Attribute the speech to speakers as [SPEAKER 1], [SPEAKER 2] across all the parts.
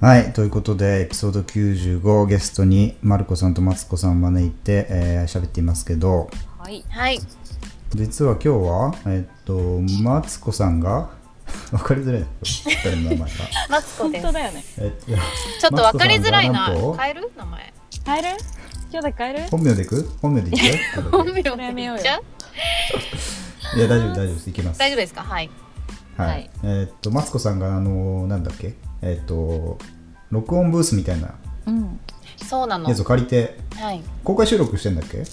[SPEAKER 1] はい、ということで、エピソード95、ゲストにマルコさんとマツコさんを招いて、えー、喋っていますけど、
[SPEAKER 2] はい。
[SPEAKER 3] はい。
[SPEAKER 1] 実は今日は、えっと、マツコさんが、 わかりづらいな、二人の名前が。
[SPEAKER 3] マツコ
[SPEAKER 2] 本
[SPEAKER 3] です。
[SPEAKER 2] 当だよね。
[SPEAKER 1] えっと、
[SPEAKER 3] ちょっとわかりづらいな
[SPEAKER 1] マツコさんがなんと。
[SPEAKER 3] 変える名前。
[SPEAKER 2] 変える今日だけ変える
[SPEAKER 1] 本名でいく本名でいく
[SPEAKER 3] 本名
[SPEAKER 1] い
[SPEAKER 3] で言っちゃう
[SPEAKER 1] や、大丈夫、大丈夫です。いきます。
[SPEAKER 3] 大丈夫ですかはい。
[SPEAKER 1] はい、
[SPEAKER 2] はい
[SPEAKER 1] えーっとマツコさんがあのなんだっけえーっと録音ブースみたいな
[SPEAKER 2] うん。
[SPEAKER 3] そうなの。
[SPEAKER 1] や
[SPEAKER 3] は
[SPEAKER 1] つを借りて
[SPEAKER 3] い。
[SPEAKER 1] 公開収録してんだっけ
[SPEAKER 3] 公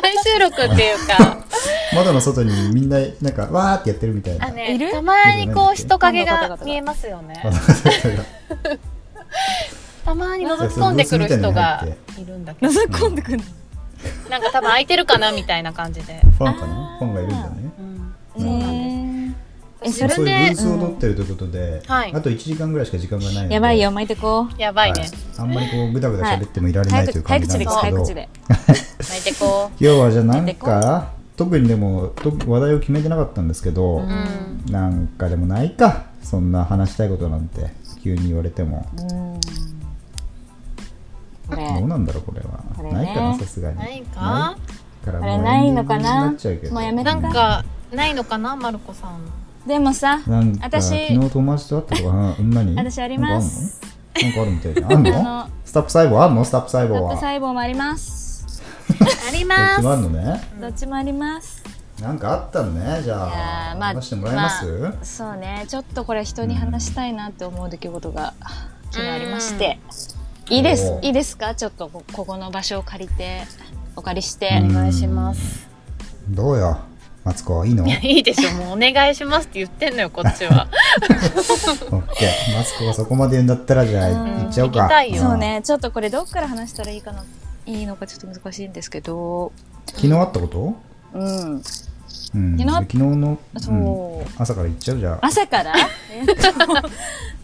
[SPEAKER 3] 開収録っていう か、
[SPEAKER 1] 窓の外にみんななんかわーってやってるみたいな
[SPEAKER 3] あね
[SPEAKER 2] いる
[SPEAKER 3] たまにこう人影が見えますよね。 たまに覗き込んでくる人がいるんだけ
[SPEAKER 2] 覗
[SPEAKER 3] ど、
[SPEAKER 2] き込んでくるの。
[SPEAKER 3] なんか多分空いてるかなみたいな感じで。
[SPEAKER 1] ファンかなファンがいるんだね
[SPEAKER 3] うん。
[SPEAKER 1] そうなん
[SPEAKER 2] え
[SPEAKER 3] そ
[SPEAKER 2] そ
[SPEAKER 3] れ
[SPEAKER 2] れ
[SPEAKER 1] そういうブースを
[SPEAKER 3] で
[SPEAKER 1] 取ってるということで、
[SPEAKER 3] はい
[SPEAKER 1] あと1時間ぐらいしか時間がないので
[SPEAKER 2] やばいよ、巻いてこ
[SPEAKER 3] やばい
[SPEAKER 1] は
[SPEAKER 3] ね
[SPEAKER 1] い。あんまりこうぐだぐだ喋ってもいら
[SPEAKER 2] う。
[SPEAKER 1] れな
[SPEAKER 2] 早
[SPEAKER 1] いとい
[SPEAKER 2] 口
[SPEAKER 1] う感
[SPEAKER 2] 早
[SPEAKER 1] じなんでけど
[SPEAKER 2] 口です早口で。
[SPEAKER 3] 泣いてこ
[SPEAKER 1] 今日はじゃあなん
[SPEAKER 2] 出てこ
[SPEAKER 1] か特にでもと話題を決めてなかったんですけど、
[SPEAKER 3] う。うん。
[SPEAKER 1] なんかでもないかそんな話したいことなんて急に言われても
[SPEAKER 2] うん。
[SPEAKER 1] どう
[SPEAKER 2] これ。
[SPEAKER 1] なんだろうこれは
[SPEAKER 2] これね
[SPEAKER 1] ないかなさすがに
[SPEAKER 3] ないか
[SPEAKER 1] いから
[SPEAKER 2] これ
[SPEAKER 1] もう
[SPEAKER 2] ないの
[SPEAKER 1] エ
[SPEAKER 2] かな
[SPEAKER 1] ンディングになっちゃうけど
[SPEAKER 2] もうやめた
[SPEAKER 3] なんかないのかなマルコ さん。
[SPEAKER 2] でもさ、
[SPEAKER 1] なんか昨
[SPEAKER 2] 私
[SPEAKER 1] 日友達と会ったとか うん何
[SPEAKER 2] 私あります
[SPEAKER 1] なんかあるのなんかあるみたいじゃんあんの
[SPEAKER 2] あの
[SPEAKER 1] スタップ細胞あんのスタップ細胞は
[SPEAKER 2] タッ
[SPEAKER 1] どっ
[SPEAKER 2] プ細胞もあります。
[SPEAKER 3] ありま
[SPEAKER 1] ち
[SPEAKER 3] す。
[SPEAKER 1] もあんのね
[SPEAKER 2] どっちもあります。
[SPEAKER 1] なんかあったのねじ
[SPEAKER 2] いや
[SPEAKER 1] ゃあ
[SPEAKER 2] ーまあ
[SPEAKER 1] 話してもらえます、
[SPEAKER 2] そうね、ちょっとこれ人に話したいなって思う出来事が昨日ありまして。いいです
[SPEAKER 1] お、ー
[SPEAKER 2] いいですかちょっとこここの場所を借りて、お借りして。
[SPEAKER 3] お願いします。
[SPEAKER 1] どうよマツコいい のオッケ
[SPEAKER 3] いいでしょ、もうお願いしますって言ってんのよ、こっちは。
[SPEAKER 1] ーマツコがそこまで言うんだったらじゃあ
[SPEAKER 2] うん
[SPEAKER 1] 行っちゃおうか
[SPEAKER 3] 行きたいよ
[SPEAKER 1] ん
[SPEAKER 2] そうね、ちょっとこれどっから話したらいいかな、いいのかちょっと難しいんですけど、
[SPEAKER 1] 昨日あったこと
[SPEAKER 2] うん、
[SPEAKER 1] うん、
[SPEAKER 2] 昨日
[SPEAKER 1] 昨日の、
[SPEAKER 2] そう
[SPEAKER 1] うん、朝から行っちゃうじゃあ
[SPEAKER 2] 朝 から、えっと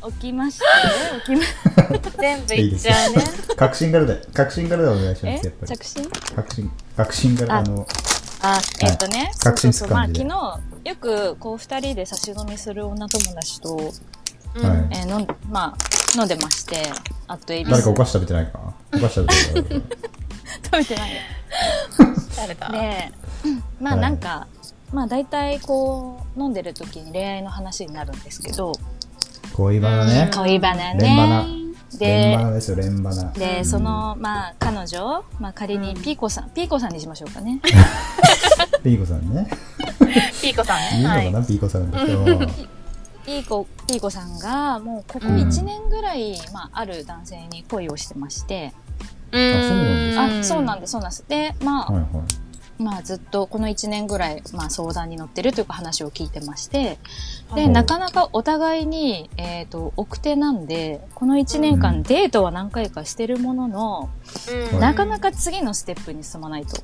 [SPEAKER 2] 起きまして、起きまし
[SPEAKER 3] 全部いっちゃうね。
[SPEAKER 1] 確信からで確信からでお願いしま
[SPEAKER 2] え
[SPEAKER 1] すやっぱり
[SPEAKER 2] 着信
[SPEAKER 1] 確信確信から
[SPEAKER 2] あ
[SPEAKER 1] あの
[SPEAKER 2] あ、えっとね、
[SPEAKER 1] 確信つ
[SPEAKER 2] まあ
[SPEAKER 1] かん
[SPEAKER 2] 昨
[SPEAKER 1] で
[SPEAKER 2] 日、よくこう二人で差し飲みする女友達と、
[SPEAKER 3] うん
[SPEAKER 1] はい
[SPEAKER 2] えー飲んまあ、飲んでまして、あとエビ
[SPEAKER 1] 誰
[SPEAKER 2] ス
[SPEAKER 1] かお
[SPEAKER 2] 食
[SPEAKER 1] 菓子食べてないかお菓子食べてない
[SPEAKER 2] べてないよ
[SPEAKER 3] 誰だ
[SPEAKER 2] で、まあなんか、まあ大体こう、飲んでる時に恋愛の話になるんですけど、
[SPEAKER 1] 恋バナね
[SPEAKER 2] 恋バナね。
[SPEAKER 1] 恋バナ連
[SPEAKER 2] で
[SPEAKER 1] バ、ナですよ連バナ
[SPEAKER 2] で、
[SPEAKER 1] うん
[SPEAKER 2] その、まあ、彼女、まあ、仮にピーコさん、ピーコさんにしましょうかね。
[SPEAKER 1] ピーコさんね
[SPEAKER 3] ピーコさん
[SPEAKER 1] いい
[SPEAKER 3] ね。
[SPEAKER 1] の
[SPEAKER 3] は
[SPEAKER 1] か
[SPEAKER 3] い
[SPEAKER 1] な、。ピーコさんだけど
[SPEAKER 2] ピーコ、ピーコさんが、もう、ここ
[SPEAKER 3] うん
[SPEAKER 2] 1年ぐらい、まあ、ある男性に恋をしてまして、
[SPEAKER 1] う
[SPEAKER 2] あ、そうなん
[SPEAKER 3] で
[SPEAKER 2] です、そうなんです。で、まあ、
[SPEAKER 1] はいは
[SPEAKER 2] まあ、ずっと、この1年ぐらい、まあ、相談に乗ってるというか話を聞いてまして、
[SPEAKER 1] い
[SPEAKER 2] で、なかなかお互いに、えっ、と、奥手なんで、この1年
[SPEAKER 1] うん
[SPEAKER 2] 間、デートは何回かしてるものの、
[SPEAKER 3] す。
[SPEAKER 1] うん
[SPEAKER 2] なかなか次のステップに進まないと。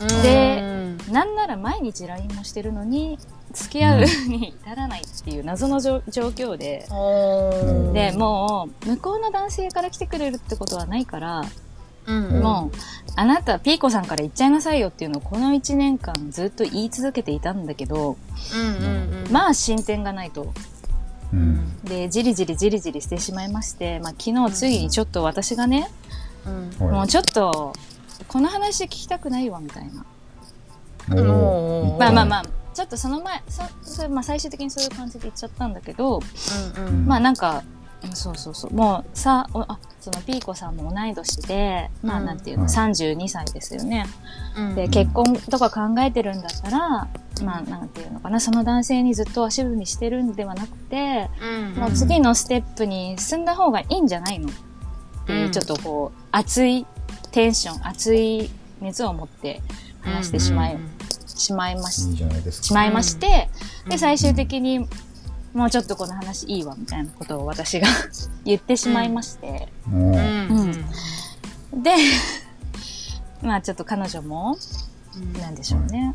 [SPEAKER 3] うん
[SPEAKER 2] で
[SPEAKER 3] うん
[SPEAKER 2] なんなら毎日 LINE もしてるのに付き合うに至らないっていう謎のじょ状況で、
[SPEAKER 3] おー
[SPEAKER 2] でもう向こうの男性から来てくれるってことはないから、
[SPEAKER 3] うん
[SPEAKER 1] ん
[SPEAKER 2] もうあなたピーコさんから言っちゃいなさいよっていうのをこの1年間ずっと言い続けていたんだけど
[SPEAKER 3] うんうんうん
[SPEAKER 2] まあ進展がないと
[SPEAKER 1] いうん
[SPEAKER 2] でじりじりじりじりしてしまいまして、まあ、昨日ついにちょっと私がね、
[SPEAKER 3] うん
[SPEAKER 1] はい
[SPEAKER 2] もうちょっとこの話聞きたくないわみたいな
[SPEAKER 1] おー
[SPEAKER 3] うん
[SPEAKER 2] まあまあま
[SPEAKER 1] あ
[SPEAKER 2] あちょっとその前そそ、まあ、最終的にそういう感じで言っちゃったんだけど、
[SPEAKER 3] うんう
[SPEAKER 1] うん
[SPEAKER 3] ん
[SPEAKER 2] まあなんか、うんそうそうそう。もうさ、おあそのピーコさんも同い年で、まあ
[SPEAKER 3] うん
[SPEAKER 2] なんていうの、
[SPEAKER 1] はい
[SPEAKER 2] 32歳ですよね。
[SPEAKER 3] うん
[SPEAKER 2] で、結婚とか考えてるんだったら、まあなんていうのかな、その男性にずっと足踏みしてるんではなくて、
[SPEAKER 3] うん
[SPEAKER 2] もう次のステップに進んだ方がいいんじゃないのっていう、
[SPEAKER 3] うん
[SPEAKER 2] ちょっとこう、熱いテンション、熱い熱を持って話してしまい、
[SPEAKER 3] うん
[SPEAKER 2] しまいまし
[SPEAKER 1] いいじゃないです
[SPEAKER 2] し
[SPEAKER 1] か
[SPEAKER 2] まいまして、
[SPEAKER 3] うん
[SPEAKER 2] で最終的に、もうちょっとこの話いいわみたいなことを私が 言ってしまいまして、
[SPEAKER 1] もう
[SPEAKER 3] うんうん
[SPEAKER 2] で まあちょっと彼女もなんでしょうね、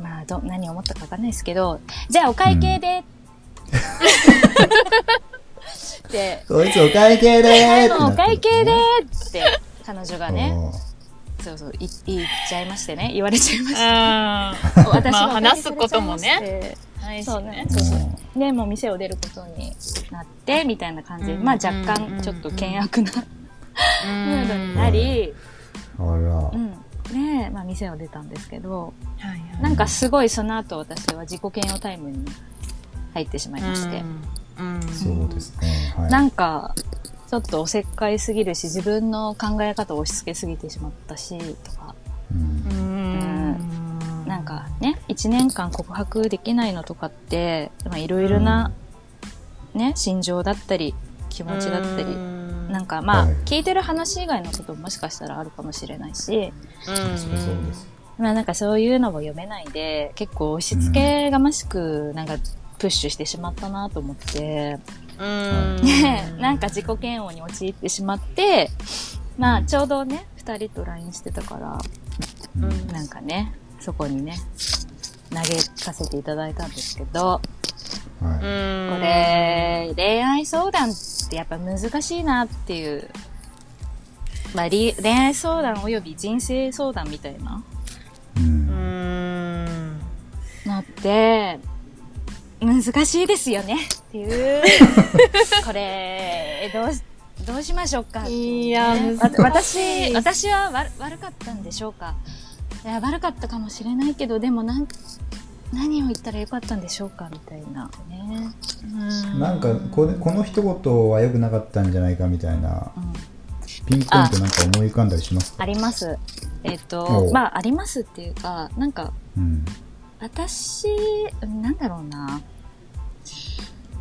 [SPEAKER 2] まあど何を思ったかわかんないですけどじゃあお会計で、 って
[SPEAKER 1] そいつお会計でーってなってる
[SPEAKER 2] お会計でって彼女がね
[SPEAKER 1] おー
[SPEAKER 2] そうそうい言っちゃいましてね言 われちゃいまし
[SPEAKER 3] あー
[SPEAKER 2] た私がお会計されちゃいまして
[SPEAKER 3] 話すこともねないし
[SPEAKER 2] そうね
[SPEAKER 3] ね
[SPEAKER 2] そうそう
[SPEAKER 1] もう
[SPEAKER 2] ね、もう店を出ることになってみたいな感じで、
[SPEAKER 3] うん
[SPEAKER 2] まあ、
[SPEAKER 3] うん
[SPEAKER 2] 若干ちょっと険悪なムードに
[SPEAKER 3] は
[SPEAKER 2] なり、
[SPEAKER 1] あら
[SPEAKER 2] う、んねまあ、店を出たんですけど
[SPEAKER 3] いはい
[SPEAKER 2] なんかすごいその後私は自己嫌悪タイムに入ってしまいまして、
[SPEAKER 3] うんうん
[SPEAKER 1] そうですね。はい。
[SPEAKER 2] なんかちょっとおせっかいすぎるし自分の考え方を押し付けすぎてしまったしとか
[SPEAKER 1] うん
[SPEAKER 3] うん
[SPEAKER 2] なんかね1年間告白できないのとかってまあいろいろな、ね心情だったり気持ちだったり、
[SPEAKER 3] な
[SPEAKER 2] なんかまあ、
[SPEAKER 1] はい
[SPEAKER 2] 聞いてる話以外のことももしかしたらあるかもしれないし、
[SPEAKER 1] うんそりゃそうです。
[SPEAKER 2] まあなんかそういうのも読めないで、結構押し付けがましく、なんかプッシュしてしまったなと思って、ね
[SPEAKER 3] ね
[SPEAKER 2] なんか自己嫌悪に陥ってしまって、まあちょうどね、二人と LINE してたから、
[SPEAKER 1] うん
[SPEAKER 3] うん
[SPEAKER 2] なんかね、そこにね、投げかせていただいたんですけど、
[SPEAKER 1] はい。
[SPEAKER 2] こ
[SPEAKER 3] こ
[SPEAKER 2] れ、恋愛相談ってやっぱ難しいなっていう、まあ、り恋愛相談および人生相談みたいな
[SPEAKER 1] うん
[SPEAKER 3] うん
[SPEAKER 2] のって、難しいですよねって いう、これ、どうし、どうしましょうかっていう
[SPEAKER 3] いや
[SPEAKER 2] ね
[SPEAKER 3] 難しい
[SPEAKER 2] わ私、私はわ悪かったんでしょうかいや、悪かったかもしれないけど、でもなん、何を言ったらよかったんでしょうかみたいなね。
[SPEAKER 1] なんかこれこの一言は良くなかったんじゃないかみたいな
[SPEAKER 2] うん
[SPEAKER 1] ピンポイントなんか思い浮かんだりしますか
[SPEAKER 2] あります。えっ、
[SPEAKER 1] お
[SPEAKER 2] と
[SPEAKER 1] う、
[SPEAKER 2] まあ、ありますっていうか、なんか、
[SPEAKER 1] うん
[SPEAKER 2] 私、うんなんだろうな。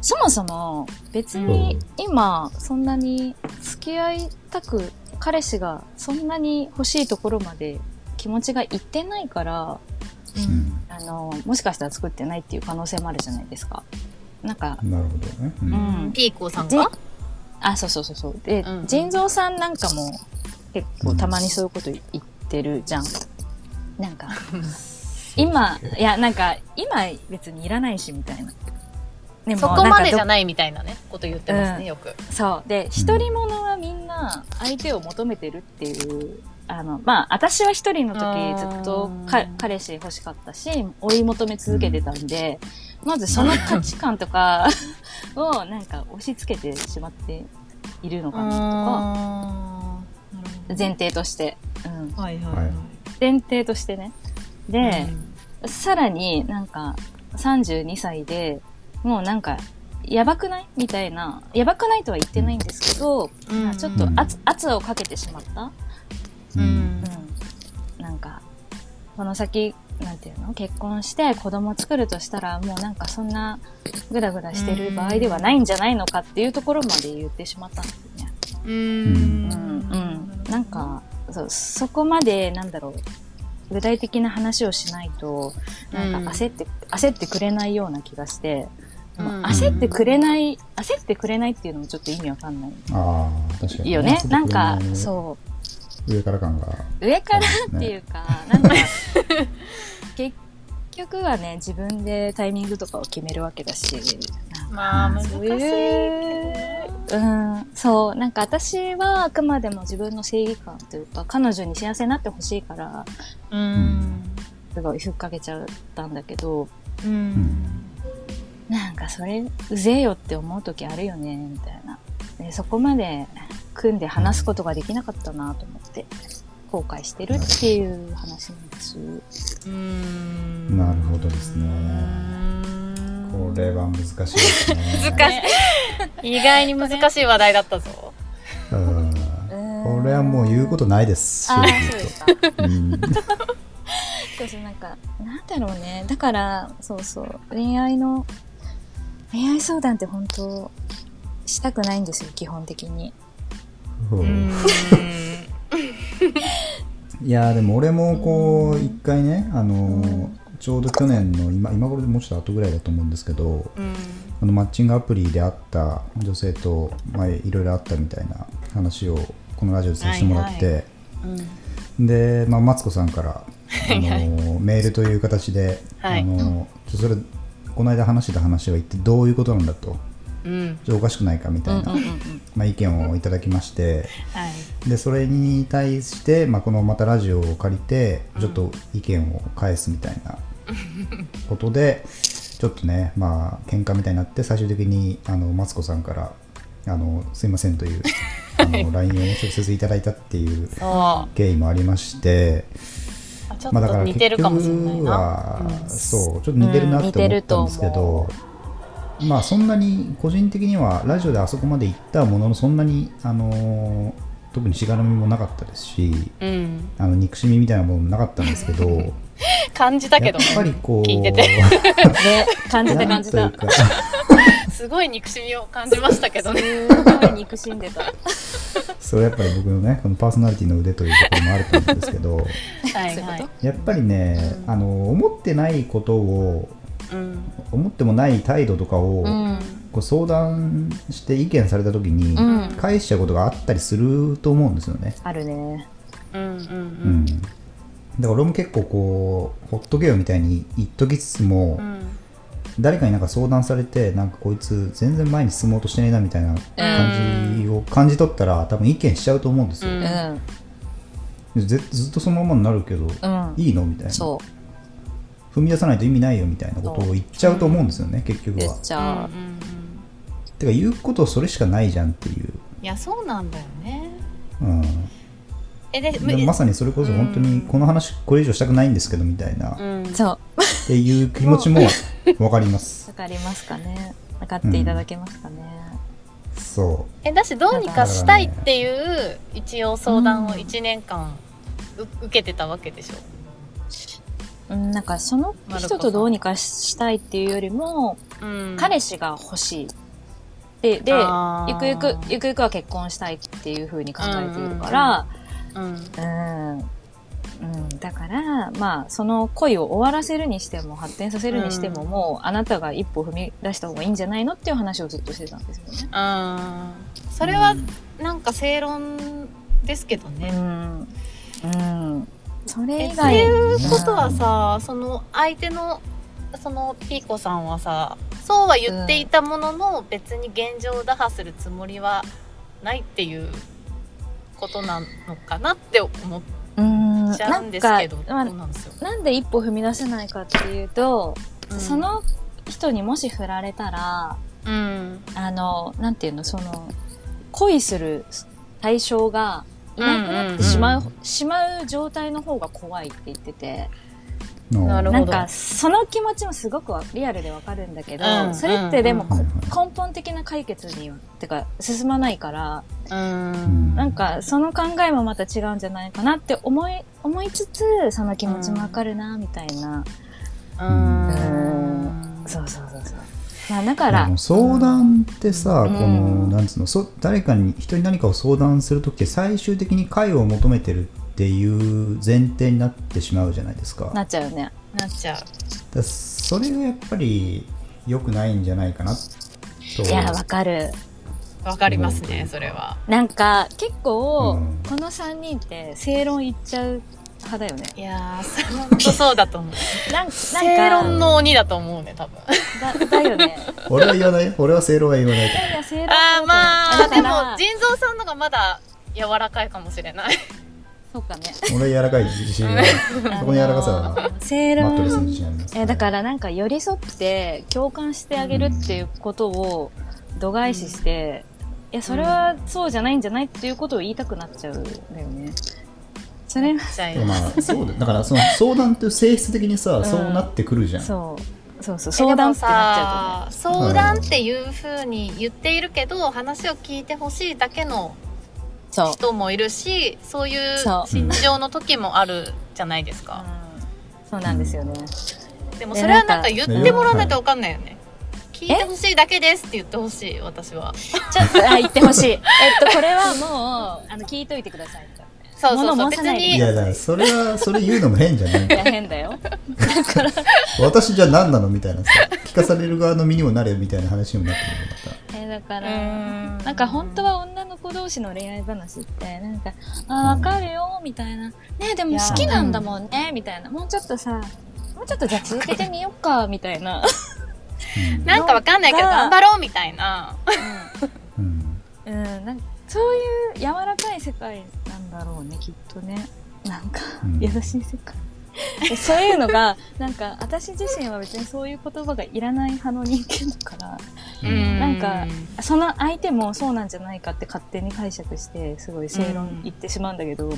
[SPEAKER 2] そもそも、別
[SPEAKER 1] う
[SPEAKER 2] に
[SPEAKER 1] ん
[SPEAKER 2] 今、そんなに付き合いたく、彼氏がそんなに欲しいところまで気持ちがいってないから、
[SPEAKER 1] うん
[SPEAKER 2] あの、もしかしたら作ってないっていう可能性もあるじゃないですか。なんか、
[SPEAKER 1] なるほどね、うん
[SPEAKER 2] うん
[SPEAKER 3] ピーコさん
[SPEAKER 2] じ
[SPEAKER 3] が
[SPEAKER 2] あ、そうそうそうそう。で
[SPEAKER 3] うんう、ん
[SPEAKER 2] 腎臓さんなんかも結構たまにそういうこと言ってるじゃん。なんか、今、いや、なんか、今別にいらないし、みたいな。で
[SPEAKER 3] そこまでじゃ
[SPEAKER 2] なんか
[SPEAKER 3] ないみたいなねこと言ってます
[SPEAKER 2] うん
[SPEAKER 3] ねよく
[SPEAKER 2] どそう。で、独り者はみんな相手を求めてるっていう、あの、まあ、私は一人の時ずっとか
[SPEAKER 3] うん
[SPEAKER 2] 彼氏欲しかったし、追い求め続けてたんで、まずその価値観とか をなんか押し付けてしまっているのかなとか、前提として、うん、
[SPEAKER 3] はいはい
[SPEAKER 1] はい
[SPEAKER 2] 前提としてねで、さらになんか32歳でもうなんかやばくないみたいなやばくないとは言ってないんですけど、
[SPEAKER 3] うん
[SPEAKER 2] あちょっと
[SPEAKER 1] うん
[SPEAKER 2] 圧圧をかけてしまった、
[SPEAKER 1] う
[SPEAKER 3] うんん
[SPEAKER 2] うん、なんかこの先なんていうの結婚して子供作るとしたらもうなんかそんなグダグダしてる場合ではないんじゃないのかっていうところまで言ってしまったんですよね。
[SPEAKER 3] う
[SPEAKER 2] うんうん、なんかそうそこまでなんだろう具体的な話をしないとなんか焦って、焦ってくれないような気がして、
[SPEAKER 3] うん
[SPEAKER 2] まあ焦ってくれない焦ってくれないっていうのもちょっと意味わかんない
[SPEAKER 1] ああ確かに
[SPEAKER 2] いいよねなんか
[SPEAKER 1] う
[SPEAKER 2] そ
[SPEAKER 1] 上から感が
[SPEAKER 2] う上から
[SPEAKER 1] そうですね
[SPEAKER 2] っていうか、なんか結局はね自分でタイミングとかを決めるわけだしなんか
[SPEAKER 3] まあ難しい
[SPEAKER 2] そう
[SPEAKER 3] けど
[SPEAKER 2] いううん、そうなんか私はあくまでも自分の正義感というか彼女に幸せになってほしいから
[SPEAKER 3] うん
[SPEAKER 2] すごいふっかけちゃったんだけど
[SPEAKER 3] う
[SPEAKER 1] うんん
[SPEAKER 2] なんかそれうぜえよって思う時あるよねみたいなでそこまで組んで話すことができなかったなと思って後悔してるっていう話なんです
[SPEAKER 3] うん
[SPEAKER 1] なるほどですね
[SPEAKER 3] うん
[SPEAKER 1] これは難しいですね
[SPEAKER 3] 難しい意外に難しい話題だったぞ
[SPEAKER 1] うんこれはもう言うことないです
[SPEAKER 2] ああ
[SPEAKER 1] 正直
[SPEAKER 2] そうですか
[SPEAKER 1] 言うと
[SPEAKER 2] そうそうなんかなんだろうねだからそうそう恋愛の恋愛相談って本当したくないんですよ基本的に
[SPEAKER 1] うんうんいやーでも俺もこう一回ね、あのーちょうど去年の今今頃でもうちょっと後ぐらいだと思うんですけどあのマッチングアプリで会った女性と、まあ、いろいろあったみたいな話をこのラジオでさせてもらって、
[SPEAKER 3] はい
[SPEAKER 1] で、まあ、マツコさんから、あのーメールという形で、
[SPEAKER 3] はい
[SPEAKER 1] あのーちょそれこの間話してた話は一体どういうことなんだと
[SPEAKER 3] うん
[SPEAKER 1] ちょおかしくないかみたいな、まあ、意見をいただきまして。
[SPEAKER 3] はい
[SPEAKER 1] でそれに対して、まあ、このまたラジオを借りてちょっと意見を返すみたいなことで、ち人とねまあ喧嘩みたいになって最終的にあのマツコさんからあのすいませんというあの LINE を、ね、直接いただいたっていう
[SPEAKER 3] あ
[SPEAKER 1] 経緯もありまして、
[SPEAKER 3] ちょっ
[SPEAKER 1] まあ、だか
[SPEAKER 3] と
[SPEAKER 1] ら
[SPEAKER 3] 似
[SPEAKER 1] 結
[SPEAKER 3] てる
[SPEAKER 1] 局
[SPEAKER 3] かもしれないな。
[SPEAKER 1] は、
[SPEAKER 3] うん
[SPEAKER 1] そうちょっと似てるなって思ったんですけど、まあそんなに個人的にはラジオであそこまで行ったもののそんなに、あのー特にしがらみもなかったですし
[SPEAKER 3] うん、
[SPEAKER 1] あの憎しみみたいなものもなかったんですけど
[SPEAKER 3] 感じたけどね
[SPEAKER 1] やっぱりこう
[SPEAKER 3] 聞いて て
[SPEAKER 2] ね、感じた
[SPEAKER 1] な
[SPEAKER 2] 感
[SPEAKER 1] ん
[SPEAKER 2] じ
[SPEAKER 1] とい
[SPEAKER 2] た
[SPEAKER 1] う。か
[SPEAKER 3] すごい憎しみを感じましたけ どね。
[SPEAKER 2] すごい憎しんでた。
[SPEAKER 1] それやっぱり僕のねこのパーソナリティの腕というところもあると思うんですけど
[SPEAKER 3] はい
[SPEAKER 2] そう
[SPEAKER 3] は
[SPEAKER 2] いう
[SPEAKER 3] い
[SPEAKER 2] こ。
[SPEAKER 1] やっぱりね、あの思ってないことを
[SPEAKER 3] うん
[SPEAKER 1] 思ってもない態度とかを、
[SPEAKER 2] うん。
[SPEAKER 1] こう相談して意見された時に、
[SPEAKER 2] うん
[SPEAKER 1] 返しちゃうことがあったりすると思うんですよね。
[SPEAKER 2] あるね。
[SPEAKER 3] う
[SPEAKER 1] う
[SPEAKER 3] んう
[SPEAKER 1] んん、だから俺も結構こうほっとけよみたいに言っときつつも、
[SPEAKER 3] うんうん。
[SPEAKER 1] 誰かになんか相談されてなんかこいつ全然前に進もうとしてねえなみたいな感じを感じ取ったら多分意見しちゃうと思うんですよ。
[SPEAKER 2] う
[SPEAKER 3] うん
[SPEAKER 2] ん。
[SPEAKER 1] ずずっとそのままになるけど、
[SPEAKER 2] うん。
[SPEAKER 1] いいのみたいな踏
[SPEAKER 2] そう。
[SPEAKER 1] み出さないと意味ないよみたいなことを言っちゃうと思うんですよね結局
[SPEAKER 2] 言
[SPEAKER 1] は
[SPEAKER 2] っ。ちゃう。
[SPEAKER 3] うんうんうん
[SPEAKER 1] てか言うことそれしかないじゃんっていう。
[SPEAKER 3] いやそうなんだよね。
[SPEAKER 1] うん
[SPEAKER 3] えでむ
[SPEAKER 1] でまさにそれこそ本当にこの話これ以上したくないんですけどみたいな、っ
[SPEAKER 3] うん
[SPEAKER 2] そう。
[SPEAKER 1] ていう気持ち も分かります
[SPEAKER 2] わかりますかね。わかっていただけますかね。
[SPEAKER 1] そ
[SPEAKER 3] えだしどうにかしたいっていう一応相談を1年間う受けてたわけでしょ。
[SPEAKER 2] うん、なんかその人とどうにかしたいっていうよりも、
[SPEAKER 3] うん
[SPEAKER 2] 彼氏が欲しい。で、で、
[SPEAKER 3] あー
[SPEAKER 2] ゆくゆく、ゆくゆくは結婚したいっていう風に考えているから、
[SPEAKER 3] うん
[SPEAKER 2] うん、うん、だから、まあ、その恋を終わらせるにしても、発展させるにしても、
[SPEAKER 3] うん
[SPEAKER 2] もう、あなたが一歩踏み出した方がいいんじゃないのっていう話をずっとしてたんですよね。
[SPEAKER 3] あーそれはなんか正論ですけど
[SPEAKER 2] う
[SPEAKER 3] ね。
[SPEAKER 2] ん、うん、それ以
[SPEAKER 3] そ
[SPEAKER 2] 外
[SPEAKER 3] うい
[SPEAKER 2] に、
[SPEAKER 3] うことはさその相手のそのピーコさんはさそうは言っていたものの、別に現状を打破するつもりはないっていうことなのかなって思っ
[SPEAKER 2] うん、
[SPEAKER 3] ちゃうんですけど、
[SPEAKER 2] なん
[SPEAKER 3] ど
[SPEAKER 2] かまあ
[SPEAKER 3] うなんですよ。
[SPEAKER 2] なんで一歩踏み出せないかっていうと、その人にもし振られたら、
[SPEAKER 3] うん
[SPEAKER 2] あの、なんていうの、その、恋する対象がいなくなってしまう、
[SPEAKER 1] うんうん
[SPEAKER 2] しまう状態の方が怖いって言ってて、
[SPEAKER 1] う
[SPEAKER 3] なる
[SPEAKER 2] な
[SPEAKER 3] ほど
[SPEAKER 2] んか、その気持ちもすごくわリアルでわかるんだけど、
[SPEAKER 3] うん
[SPEAKER 2] それってでも、
[SPEAKER 1] うんうん
[SPEAKER 2] 根本的な解決には、てか、進まないから、
[SPEAKER 3] うん
[SPEAKER 2] なんか、その考えもまた違うんじゃないかなって思い、思いつつ、その気持ちもわかるな、みたいな。
[SPEAKER 3] うん
[SPEAKER 2] うんそうそうそうそう。まあ、だ
[SPEAKER 1] だ
[SPEAKER 2] から、
[SPEAKER 1] 相談ってさ、
[SPEAKER 2] うん
[SPEAKER 1] このなんつうのそ誰かに人に何かを相談する時って最終的に解を求めてるっていう前提になってしまうじゃないですか
[SPEAKER 2] なっちゃうよね。
[SPEAKER 3] なっちゃう。
[SPEAKER 1] だそれがやっぱり良くないんじゃないかなと
[SPEAKER 2] いや、わかる。
[SPEAKER 3] わかりますね、それは。
[SPEAKER 2] なんか結
[SPEAKER 1] う
[SPEAKER 2] 構、
[SPEAKER 1] ん
[SPEAKER 2] この3人って正論言っちゃう派だよね
[SPEAKER 3] いやー、本当そうだと思う。
[SPEAKER 2] なんなんか
[SPEAKER 3] 正論の鬼だと思うね、多分。
[SPEAKER 2] だだよ ね
[SPEAKER 1] 俺は言わないよ俺は正論は言わないから
[SPEAKER 2] いや正論
[SPEAKER 3] あーまあ
[SPEAKER 2] だ
[SPEAKER 3] で
[SPEAKER 2] か
[SPEAKER 3] も
[SPEAKER 2] ら
[SPEAKER 3] 腎臓さんのがまだ柔らかいかもしれない
[SPEAKER 2] そうかね
[SPEAKER 1] 俺は柔らかい自信があるそこに柔らかさ
[SPEAKER 2] あ
[SPEAKER 1] は
[SPEAKER 2] の正
[SPEAKER 1] マットレスの
[SPEAKER 2] 論
[SPEAKER 1] 自信あります
[SPEAKER 2] えだからなんか寄り添って共感してあげるっていうことを度外視して、いやそれはそうじゃないんじゃないっていうことを言いたくなっちゃうんだよねそれが
[SPEAKER 3] じゃあ
[SPEAKER 1] まあそうだだからその相談って性質的にさ、
[SPEAKER 2] うん
[SPEAKER 1] そうなってくるじゃん
[SPEAKER 2] そうそうそう
[SPEAKER 3] えで
[SPEAKER 2] 相談
[SPEAKER 3] も
[SPEAKER 2] ってなっちゃ
[SPEAKER 3] さ相談っていうふうに言っているけど話を聞いてほしいだけの
[SPEAKER 2] うとねそう
[SPEAKER 3] 人もいるしそういう
[SPEAKER 2] そう
[SPEAKER 3] 心情の時もあるじゃないですか、
[SPEAKER 2] うんそうなんですよね、
[SPEAKER 3] でもそれはなんか言ってもらわないと分かんないよね聞い
[SPEAKER 2] か
[SPEAKER 3] てほしいだけですって言ってほしい私は
[SPEAKER 2] ちょっと、あ、言ってほ しい。えっと、これはもう、あの、聞いといてくだ さい。
[SPEAKER 3] そうそうそ
[SPEAKER 2] 物
[SPEAKER 3] う
[SPEAKER 2] 申
[SPEAKER 3] 別
[SPEAKER 2] さない
[SPEAKER 1] い
[SPEAKER 3] に
[SPEAKER 1] やだからそれはそれ言うのも変じゃない い
[SPEAKER 2] や、変だよ。
[SPEAKER 1] 私じゃ何なのみたいなさ聞かされる側の身にもなれみたいな話にもなってくる
[SPEAKER 2] え、だか
[SPEAKER 3] う
[SPEAKER 2] ら、
[SPEAKER 3] ーん
[SPEAKER 2] なんか本当は女の子同士の恋愛話って、なんか、あ、わかるよ、みたいな。ねえ、でも好きなんだもんね、みたいな。もうちょっとさ、もうちょっとじゃあ続けてみようか、みたいな。
[SPEAKER 1] また
[SPEAKER 3] なんか分かんないけど頑張ろうみたいな
[SPEAKER 1] うん、うん
[SPEAKER 2] うん、うん、なんか、そういう柔らかい世界なんだろうね、きっとね。なんか
[SPEAKER 1] うん、
[SPEAKER 2] 優しい世界。 でそういうのが、なんか、私自身は別にそういう言葉がいらない派の人間だから、
[SPEAKER 1] うん
[SPEAKER 2] なんかその相手もそうなんじゃないかって勝手に解釈して、すごい正論言ってしまうんだけど、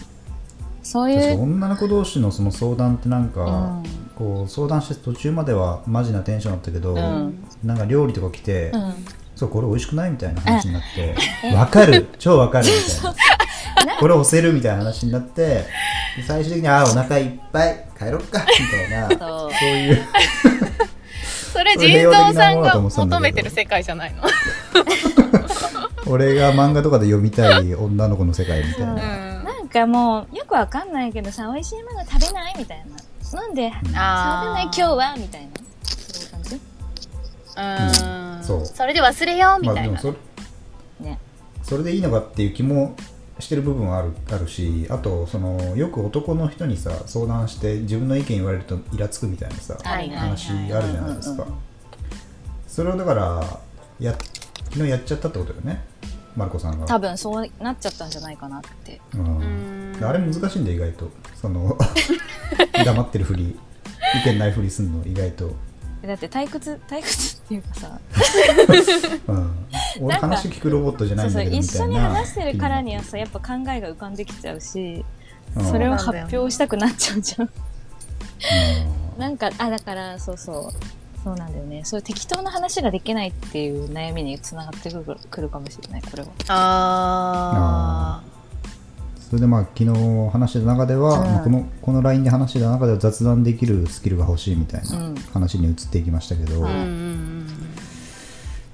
[SPEAKER 2] そうい
[SPEAKER 1] 確か
[SPEAKER 2] う、
[SPEAKER 1] 女の子同士のその相談ってなん
[SPEAKER 2] う
[SPEAKER 1] か、
[SPEAKER 2] ん、
[SPEAKER 1] こう相談して途中まではマジなテンションだったけど、
[SPEAKER 2] うん
[SPEAKER 1] なんか料理とか来て、
[SPEAKER 2] うん。
[SPEAKER 1] そうこれ美味しくないみたいな話になってわかる超わかるみたいなこれ押せるみたいな話になってで最終的にああお腹いっぱい帰ろっかみたいなそ
[SPEAKER 2] そう
[SPEAKER 1] ういう
[SPEAKER 3] それ人造さんが求めてる世界じゃないの。
[SPEAKER 1] 俺が漫画とかで読みたい女の子の世界みたい
[SPEAKER 2] うん
[SPEAKER 1] な。
[SPEAKER 2] なんかもう、よくわかんないけどさ、美味しいもの食べないみたいな。なんで、食べない今日はみたいな。そういう感じ
[SPEAKER 3] は。うん。
[SPEAKER 1] そう
[SPEAKER 3] それで忘れようみ
[SPEAKER 1] まあ
[SPEAKER 3] た
[SPEAKER 1] で
[SPEAKER 3] い
[SPEAKER 1] も
[SPEAKER 3] な。
[SPEAKER 1] それ
[SPEAKER 2] ね。
[SPEAKER 1] それでいいのかっていう気もしてる部分はあるあるしあとそのよく男の人にさ相談して自分の意見言われるとイラつくみたいなさ
[SPEAKER 3] はいはい
[SPEAKER 1] 話あるじゃないですか
[SPEAKER 2] うんうんうん
[SPEAKER 1] それをだからや昨日やっちゃったってことよねマルコさんが
[SPEAKER 2] 多分そうなっちゃったんじゃないかなって。
[SPEAKER 1] うん
[SPEAKER 3] うん
[SPEAKER 1] あれ難しいんで意外とそ の黙ってるふり意見ないふりすんの意外と、
[SPEAKER 2] だって退屈、退屈っていうかさ、
[SPEAKER 1] うん、俺
[SPEAKER 2] なんか
[SPEAKER 1] 話聞くロボットじゃな
[SPEAKER 2] そ
[SPEAKER 1] いうん
[SPEAKER 2] そう
[SPEAKER 1] だけど
[SPEAKER 2] 一
[SPEAKER 1] みた
[SPEAKER 2] 緒
[SPEAKER 1] い
[SPEAKER 2] に
[SPEAKER 1] な
[SPEAKER 2] 話してるからにはさやっぱ考えが浮かんできちゃうし、
[SPEAKER 1] うん
[SPEAKER 2] それを
[SPEAKER 3] そうなんだよ
[SPEAKER 2] 発
[SPEAKER 3] な
[SPEAKER 2] 表したくなっちゃうじゃん
[SPEAKER 1] うん
[SPEAKER 2] なんかあだからそうそうそうなんだよねそういう適当な話ができないっていう悩みにつながってくるくるかもしれないこれは
[SPEAKER 3] あ
[SPEAKER 1] それでまあ昨日話してた中では、
[SPEAKER 2] うん
[SPEAKER 1] まあこのこの LINE で話してた中では雑談できるスキルが欲しいみたいな
[SPEAKER 2] うん
[SPEAKER 1] 話に移っていきましたけど、
[SPEAKER 3] あ。
[SPEAKER 2] う
[SPEAKER 3] うん
[SPEAKER 2] ん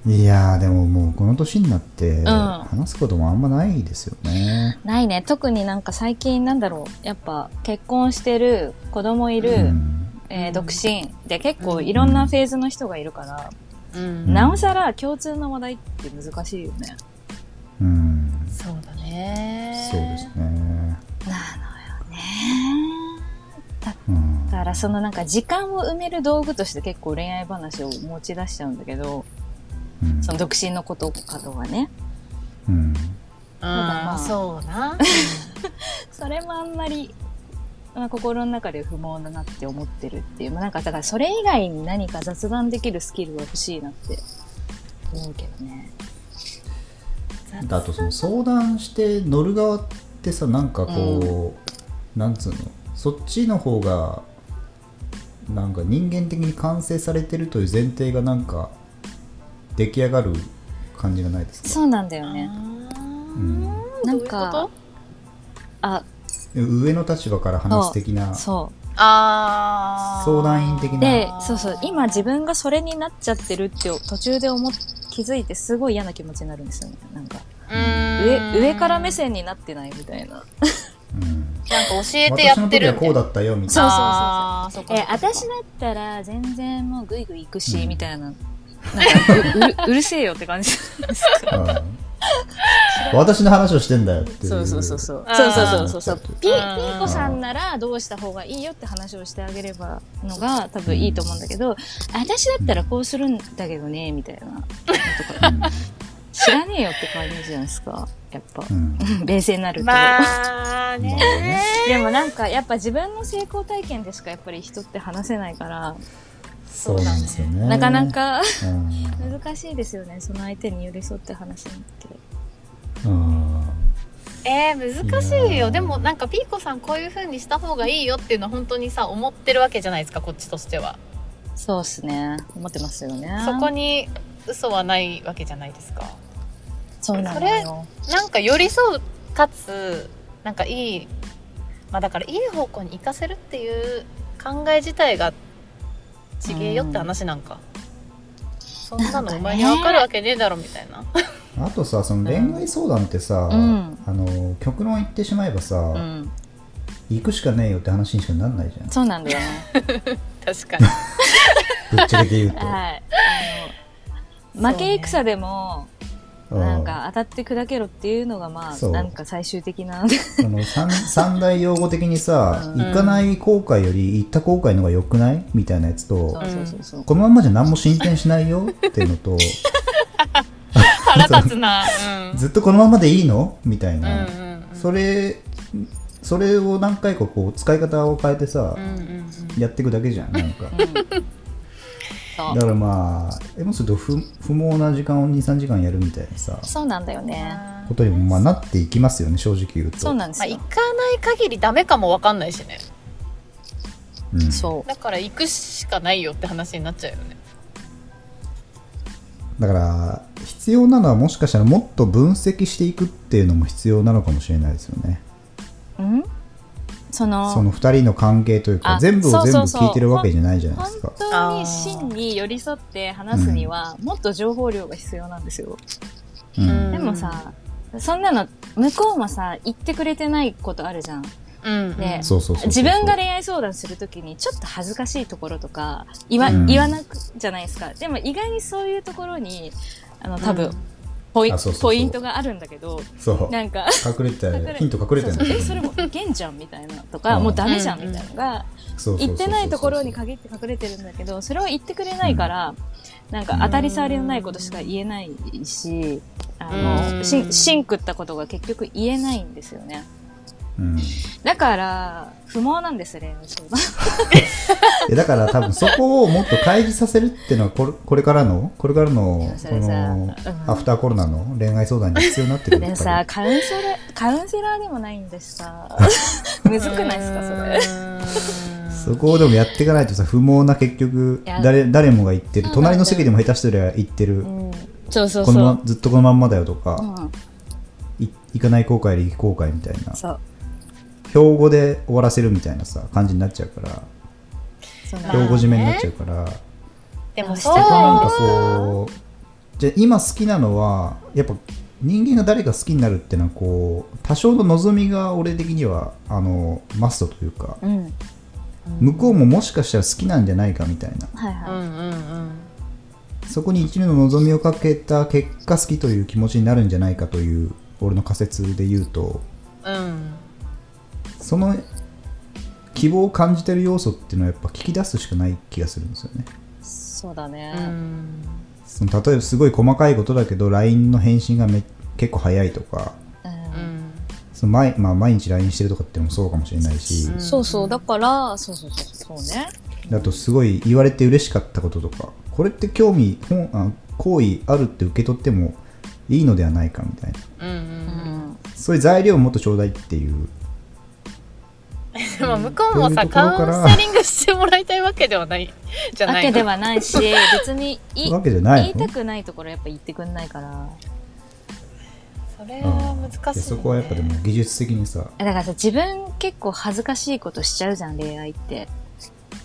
[SPEAKER 1] いやーでももうこの年になって
[SPEAKER 2] ん
[SPEAKER 1] 話すこともあんまないですよね。
[SPEAKER 2] ないね特になんか最近なんだろうやっぱ結婚してる子供いうる、
[SPEAKER 1] ん
[SPEAKER 2] えー独身で結構いろんなフェーズの人がいるから、
[SPEAKER 3] うん
[SPEAKER 1] うん
[SPEAKER 2] なおさら共通の話題って難しいよね
[SPEAKER 1] うん
[SPEAKER 3] そうだね。
[SPEAKER 1] そうです。ね。
[SPEAKER 2] なのよね
[SPEAKER 1] うん
[SPEAKER 2] だからそのなんか時間を埋める道具として結構恋愛話を持ち出しちゃうんだけど
[SPEAKER 1] うん
[SPEAKER 2] その独身のことかとかね
[SPEAKER 1] うん
[SPEAKER 3] うん、まあそうな。
[SPEAKER 2] それもあんまり、まあ、心の中で不毛だなって思ってるっていうまあなんかだからそれ以外に何か雑談できるスキルが欲しいなって思うけどね
[SPEAKER 1] あとその相談して乗る側ってさなんかこう、なんつうのそっちの方がなんか人間的に完成されてるという前提がなんか出来上がる感じがないですか
[SPEAKER 2] そうなんだよね
[SPEAKER 3] ね。
[SPEAKER 2] な
[SPEAKER 3] なんん
[SPEAKER 2] か
[SPEAKER 3] か。
[SPEAKER 2] あ
[SPEAKER 1] 上の立場から話す的な
[SPEAKER 2] そ
[SPEAKER 3] ああ。
[SPEAKER 1] 相談員的
[SPEAKER 2] う
[SPEAKER 1] な
[SPEAKER 2] でそうそう今自分がそれになっちゃってるって途中で思っ気づいてすごい嫌な気持ちになるんですよねなんか
[SPEAKER 3] 上
[SPEAKER 2] 上上から目。線になってないみたいな
[SPEAKER 1] うん
[SPEAKER 3] なんか教えてや
[SPEAKER 1] 私の
[SPEAKER 3] って
[SPEAKER 1] 時
[SPEAKER 3] る
[SPEAKER 1] は
[SPEAKER 3] み
[SPEAKER 1] こ
[SPEAKER 3] たいうな。
[SPEAKER 1] だったよみたい
[SPEAKER 2] そう
[SPEAKER 1] な
[SPEAKER 3] あーそう
[SPEAKER 2] え
[SPEAKER 3] かそうか
[SPEAKER 2] 私だったら全然もうグイグイ行くし、
[SPEAKER 1] うん
[SPEAKER 2] みたいななんかううるうるせえよって感じじゃないですか
[SPEAKER 1] うん私の話をしてんだよっていう
[SPEAKER 2] そうそうそうそう
[SPEAKER 3] あー
[SPEAKER 2] そうそうそうそうピピ
[SPEAKER 3] うん
[SPEAKER 2] ーコさんならどうした方がいいよって話をしてあげればのが多分いいと思うんだけど私だったらこうするんだけどねみたいなのとか
[SPEAKER 1] うん
[SPEAKER 2] 知らねえよって感じじゃないですかやっぱ
[SPEAKER 1] うん
[SPEAKER 2] 冷静になると、
[SPEAKER 3] まあね。
[SPEAKER 2] でもなんかやっぱ自分の成功体験でしかやっぱり人って話せないから、
[SPEAKER 1] そうなんですよね
[SPEAKER 2] なかなか
[SPEAKER 1] うん
[SPEAKER 2] 難しいですよねその相手に寄り添って話すのって
[SPEAKER 1] うん
[SPEAKER 3] えー、難しい
[SPEAKER 1] いや
[SPEAKER 3] よ
[SPEAKER 1] ー
[SPEAKER 3] でもなんかピーコさんこういう風にした方がいいよっていうのは本当にさ思ってるわけじゃないですかこっちとしては
[SPEAKER 2] そうっすね思ってますよね
[SPEAKER 3] そこに嘘はないわけじゃないですか
[SPEAKER 2] そうなのよ
[SPEAKER 3] なんか寄り添うかつなんかいいまあだからいい方向に行かせるっていう考え自体がちげえよって話なんか、そんなのお前に分かるわけねえだろみたいな
[SPEAKER 1] あとさその恋愛相談ってさ、
[SPEAKER 2] うん
[SPEAKER 1] あの極論言ってしまえばさ、
[SPEAKER 2] うん
[SPEAKER 1] 行くしかねえよって話にしかなんないじゃん
[SPEAKER 2] そうなんだよね
[SPEAKER 3] 確かに
[SPEAKER 1] ぶっちゃけて言うと、
[SPEAKER 2] はいあ
[SPEAKER 3] そう
[SPEAKER 2] の
[SPEAKER 3] ね
[SPEAKER 2] 負け戦でも、
[SPEAKER 1] うん
[SPEAKER 2] なんか当たって砕けろっていうのがまあ
[SPEAKER 1] そう
[SPEAKER 2] なんか最終的な
[SPEAKER 1] その三三大用語的にさ、
[SPEAKER 2] うん
[SPEAKER 1] 行かない後悔より行った後悔の方が良くないみたいなやつと
[SPEAKER 2] そうそうそうそう
[SPEAKER 1] このまんまじゃ何も進展しないよっていうの と
[SPEAKER 3] 腹立つなうん
[SPEAKER 1] ずっとこのままでいいのみたい
[SPEAKER 3] うん
[SPEAKER 1] な、
[SPEAKER 3] うんうん
[SPEAKER 1] それそれを何回かこう使い方を変えてさ、
[SPEAKER 3] うんうんうん
[SPEAKER 1] やっていくだけじゃんなんか
[SPEAKER 2] うんそ
[SPEAKER 1] だ
[SPEAKER 2] う
[SPEAKER 1] からまあえもうすると不不毛な時間を23時間やるみたいなさ
[SPEAKER 2] そうなんだよね。
[SPEAKER 1] ことにもまあなっていきますよね正直言うと
[SPEAKER 2] そうなんです
[SPEAKER 3] まあ、行
[SPEAKER 2] よ。
[SPEAKER 3] かない限りダメかもわかんないしね
[SPEAKER 1] うん
[SPEAKER 2] そ
[SPEAKER 3] だから行くしかないよって話になっちゃうよね
[SPEAKER 1] だから必要なのはもしかしたらもっと分析していくっていうのも必要なのかもしれないですよね
[SPEAKER 2] う。うん？その
[SPEAKER 1] その2人の関係というか
[SPEAKER 2] あ
[SPEAKER 1] 全部
[SPEAKER 2] そ
[SPEAKER 1] を
[SPEAKER 2] う
[SPEAKER 1] 全部
[SPEAKER 2] そうそう
[SPEAKER 1] 聞いてるわけじゃないじゃないです
[SPEAKER 2] 本
[SPEAKER 1] か
[SPEAKER 2] 当に真に寄り添って話すには、もっと情報量が必要なんですよ。
[SPEAKER 1] うん
[SPEAKER 3] うん
[SPEAKER 2] でもさ、そんなの向こうもさ言ってくれてないことあるじゃん。
[SPEAKER 3] うん、
[SPEAKER 2] ね
[SPEAKER 1] そうそうそうそう
[SPEAKER 2] 自分が恋愛相談するときにちょっと恥ずかしいところとか言わ,、
[SPEAKER 1] うん
[SPEAKER 2] 言わなくじゃないですかでも意外にそういうところにあの多分、ポイ
[SPEAKER 1] あそうそうそう
[SPEAKER 2] ポイントがあるんだけど
[SPEAKER 1] そう
[SPEAKER 2] なんか
[SPEAKER 1] 隠れて
[SPEAKER 2] 隠れ
[SPEAKER 1] たヒント隠れてるんだ
[SPEAKER 2] そうそう
[SPEAKER 1] け
[SPEAKER 2] え
[SPEAKER 1] ど
[SPEAKER 2] それもいけんじゃんみたいなとか、
[SPEAKER 1] うん
[SPEAKER 2] もうダメじゃんみたいなのが、
[SPEAKER 1] そうそうそうそう
[SPEAKER 2] 言ってないところに限って隠れてるんだけどそれを言ってくれないから、なんか当たり障りのないことしか言えないしあ
[SPEAKER 3] うん
[SPEAKER 2] のしんくったことが結局言えないんですよね
[SPEAKER 1] うん
[SPEAKER 2] だから不毛なんですね相談
[SPEAKER 1] えだから多分そこをもっと開示させるっていうのはこれこれからのこれからの
[SPEAKER 2] そ
[SPEAKER 1] こ
[SPEAKER 2] れさ
[SPEAKER 1] の
[SPEAKER 2] うん
[SPEAKER 1] アフターコロナの恋愛相談に必要になってくる
[SPEAKER 2] で
[SPEAKER 1] やっ
[SPEAKER 2] も
[SPEAKER 1] ぱ
[SPEAKER 2] さ
[SPEAKER 1] り
[SPEAKER 2] カウンセラーカウンセラーでもないんですさむずくないですかそれ
[SPEAKER 1] そこをでもやっていかないとさ不毛な結局
[SPEAKER 2] いや
[SPEAKER 1] 誰誰もが言ってる
[SPEAKER 2] そうなん
[SPEAKER 1] 隣
[SPEAKER 2] だよ
[SPEAKER 1] の席でも下手したら言ってる
[SPEAKER 2] うんそうそう
[SPEAKER 1] この
[SPEAKER 2] そう
[SPEAKER 1] まずっとこのまんまだよと
[SPEAKER 2] う
[SPEAKER 1] か
[SPEAKER 2] ん
[SPEAKER 1] い行かない後悔より行く後悔みたいな
[SPEAKER 2] そう
[SPEAKER 1] 標語で終わらせるみたいなさ感じになっちゃうから
[SPEAKER 2] そうなん
[SPEAKER 3] まあね
[SPEAKER 1] 標語締めになっちゃうから、
[SPEAKER 3] でも
[SPEAKER 2] そ
[SPEAKER 3] そうう
[SPEAKER 1] そ
[SPEAKER 2] こ
[SPEAKER 1] こはなんか
[SPEAKER 3] こ
[SPEAKER 1] こうじゃあ今好きなのはやっぱ人間が誰が好きになるっていうのはこう多少の望みが俺的にはあのマストというか
[SPEAKER 2] うん
[SPEAKER 1] 向こうももしかしたら好きなんじゃないかみたいな
[SPEAKER 2] はいはい、
[SPEAKER 3] うんうんうん
[SPEAKER 1] そこに一流の望みをかけた結果好きという気持ちになるんじゃないかという俺の仮説で言うと
[SPEAKER 3] うん
[SPEAKER 1] その希望を感じてる要素っていうのはやっぱ聞き出すしかない気がするんですよね
[SPEAKER 2] そうだね、
[SPEAKER 3] うん
[SPEAKER 1] その例えばすごい細かいことだけど LINE の返信がめ結構早いとか
[SPEAKER 2] うん
[SPEAKER 1] その毎,、まあ、毎日 LINE してるとかっていうのもそうかもしれないし、
[SPEAKER 3] うん
[SPEAKER 2] そうそう、だから、そうそうそう、そうね。
[SPEAKER 1] あとすごい言われて嬉しかったこととかこれって興味本あ好意あるって受け取ってもいいのではないかみたいな
[SPEAKER 3] うんうん
[SPEAKER 1] そういう材料をもっとちょうだいっていう
[SPEAKER 3] でも向こうも
[SPEAKER 1] そうい
[SPEAKER 3] さ
[SPEAKER 1] うところか
[SPEAKER 3] カ
[SPEAKER 1] ら
[SPEAKER 3] ウンセリングしてもらいたいわけではないじゃ
[SPEAKER 2] わ
[SPEAKER 3] ない
[SPEAKER 2] けではないし、別にい
[SPEAKER 1] わけじゃない
[SPEAKER 2] 言
[SPEAKER 1] の
[SPEAKER 2] いたくないところやっぱ言ってくんないから。
[SPEAKER 3] それは難しい、
[SPEAKER 1] でそこはやっぱでも技術的にさ、
[SPEAKER 2] だからさ、自分結構恥ずかしいことしちゃうじゃん、恋愛って。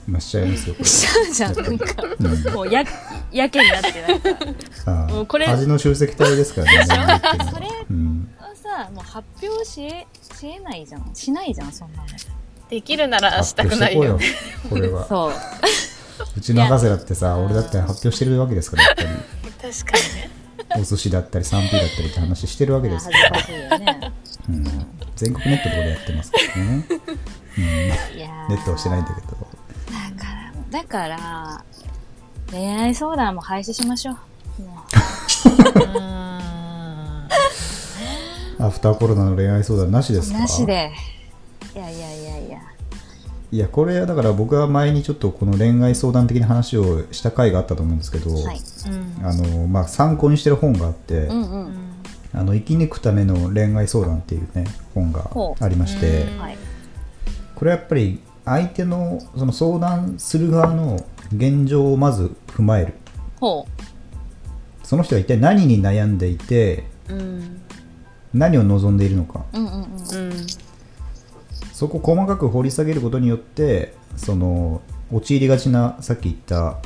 [SPEAKER 1] まあ、しちゃいますよこ
[SPEAKER 2] しちゃうじゃん、なんか。
[SPEAKER 1] れ、うん
[SPEAKER 2] もうや、やけになってなんか。
[SPEAKER 1] あ
[SPEAKER 2] もう
[SPEAKER 1] あ
[SPEAKER 2] これ
[SPEAKER 1] 味の集積体ですからね恋愛っていうのは
[SPEAKER 2] それ
[SPEAKER 1] うん
[SPEAKER 2] さ、もう発表しえ、しえないじゃん。しないじゃん、そんなの。
[SPEAKER 3] できるならしたくない
[SPEAKER 1] 発
[SPEAKER 3] よ
[SPEAKER 1] 表してこいよこれは
[SPEAKER 2] そう。
[SPEAKER 1] うちの博士だってさ俺だって発表してるわけですからやっぱり
[SPEAKER 3] 確かにね
[SPEAKER 1] お寿司だったり 3P だったりって話してるわけで
[SPEAKER 2] 恥
[SPEAKER 1] すか
[SPEAKER 2] ず
[SPEAKER 1] ら、
[SPEAKER 2] かしい よね。
[SPEAKER 1] うん、全国ネットとかでやってますけどね、うん、
[SPEAKER 2] いやー
[SPEAKER 1] ネットをしてないんだけど
[SPEAKER 2] だから、だから、恋愛相談も廃止しましょう。も
[SPEAKER 1] アフターコロナの恋愛相談なしです
[SPEAKER 2] う、
[SPEAKER 1] か
[SPEAKER 2] なしで。いやいやいやいや。
[SPEAKER 1] いやこれはだから僕は前にちょっとこの恋愛相談的な話をした回があったと思うんですけど、
[SPEAKER 2] はい。
[SPEAKER 1] あのまあ、参考にしてる本があって、
[SPEAKER 2] うんうん。
[SPEAKER 1] あの生き抜くための恋愛相談っていうね本が
[SPEAKER 2] ほう
[SPEAKER 1] ありまして、
[SPEAKER 3] うん
[SPEAKER 2] はい。
[SPEAKER 1] これはやっぱり相手のその相談する側の現状をまず踏まえる
[SPEAKER 2] ほ
[SPEAKER 1] その人は一体何に悩んでいて
[SPEAKER 3] うん
[SPEAKER 1] 何を望んでいるのか
[SPEAKER 2] う。うんうんうん。
[SPEAKER 3] うん
[SPEAKER 1] そこを細かく掘り下げることによってその陥りがちなさっき言った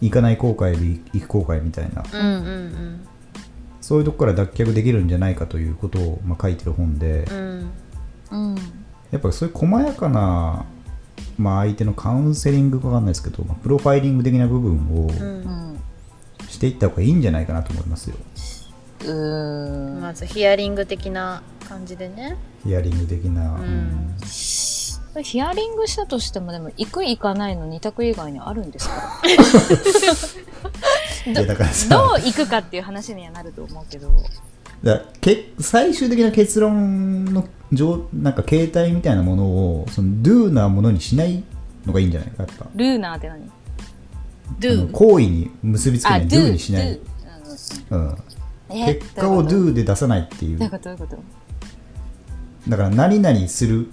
[SPEAKER 1] 行かない後悔より行く後悔みたいな
[SPEAKER 3] うんうん
[SPEAKER 1] そういうとこから脱却できるんじゃないかということを、まあ、書いてる本で
[SPEAKER 3] うん
[SPEAKER 2] うん。
[SPEAKER 1] やっぱそういう細やかな、まあ、相手のカウンセリングかわかんないですけど、まあプロファイリング的な部分を
[SPEAKER 3] うん
[SPEAKER 2] うん。
[SPEAKER 1] していった方がいいんじゃないかなと思いますよ
[SPEAKER 2] うーん。
[SPEAKER 3] まずヒアリング的な感じでね
[SPEAKER 1] ヒアリング的な、
[SPEAKER 3] うん
[SPEAKER 1] うん
[SPEAKER 2] ヒアリングしたとしても、でも、行く行かないの二択以外にあるんで すか
[SPEAKER 1] いやだからさ
[SPEAKER 2] どう行くかっていう話にはなると思うけど。
[SPEAKER 1] だからけ最終的な結論の上なんか形態みたいなものをその do なものにしないのがいいんじゃないかやっぱ
[SPEAKER 2] ルーナーって何
[SPEAKER 1] あの
[SPEAKER 3] do
[SPEAKER 1] 行為に結びつけ
[SPEAKER 2] あ、
[SPEAKER 1] ない
[SPEAKER 2] do
[SPEAKER 1] do にしな
[SPEAKER 2] do
[SPEAKER 1] い、
[SPEAKER 2] うんうん
[SPEAKER 1] うん、
[SPEAKER 2] え
[SPEAKER 1] 結果を
[SPEAKER 2] ど
[SPEAKER 1] do で出さないっていう
[SPEAKER 2] ういうことどういうことどういうこ
[SPEAKER 1] だから何々する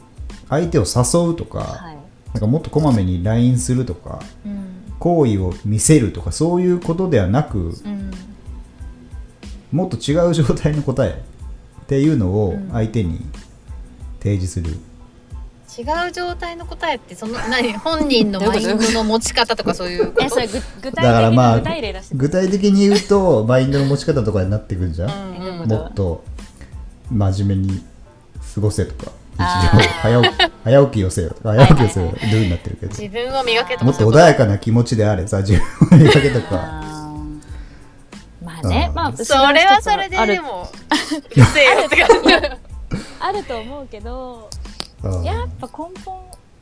[SPEAKER 1] 相手を誘うとか、
[SPEAKER 2] とはい
[SPEAKER 1] なんかもっとこまめに LINE するとか
[SPEAKER 3] うん
[SPEAKER 1] 行為を見せるとかそういうことではなく
[SPEAKER 3] うん
[SPEAKER 1] もっと違う状態の答えっていうのを
[SPEAKER 3] うん
[SPEAKER 1] 相手に提示する、
[SPEAKER 3] 違う状態の答えってその 何本人のマインドの持ち方とかそういうこ
[SPEAKER 2] え、
[SPEAKER 3] と
[SPEAKER 2] それ具具体的
[SPEAKER 1] だからま
[SPEAKER 2] な
[SPEAKER 1] あ
[SPEAKER 2] 具体例出して
[SPEAKER 1] 具体的に言うとマインドの持ち方とかになってくるじゃん、
[SPEAKER 3] うん
[SPEAKER 2] えどういうこ
[SPEAKER 1] も
[SPEAKER 2] と
[SPEAKER 1] っと真面目に過ごせとか日常
[SPEAKER 2] あー
[SPEAKER 1] 早起き早起きをせよとか
[SPEAKER 2] いはい
[SPEAKER 1] 早起きをせよルールになってるけど
[SPEAKER 3] 自分を磨けと
[SPEAKER 1] も
[SPEAKER 3] か
[SPEAKER 1] っと穏
[SPEAKER 3] そういうこと
[SPEAKER 1] やかな気持ちであれさ自分を磨けとか
[SPEAKER 2] あーまあね、
[SPEAKER 1] うん
[SPEAKER 2] まあ、
[SPEAKER 3] それはそれで
[SPEAKER 2] あ
[SPEAKER 3] で
[SPEAKER 2] る
[SPEAKER 3] もうるせえよとか
[SPEAKER 2] あると思うけど、
[SPEAKER 1] うん
[SPEAKER 2] やっぱ根本、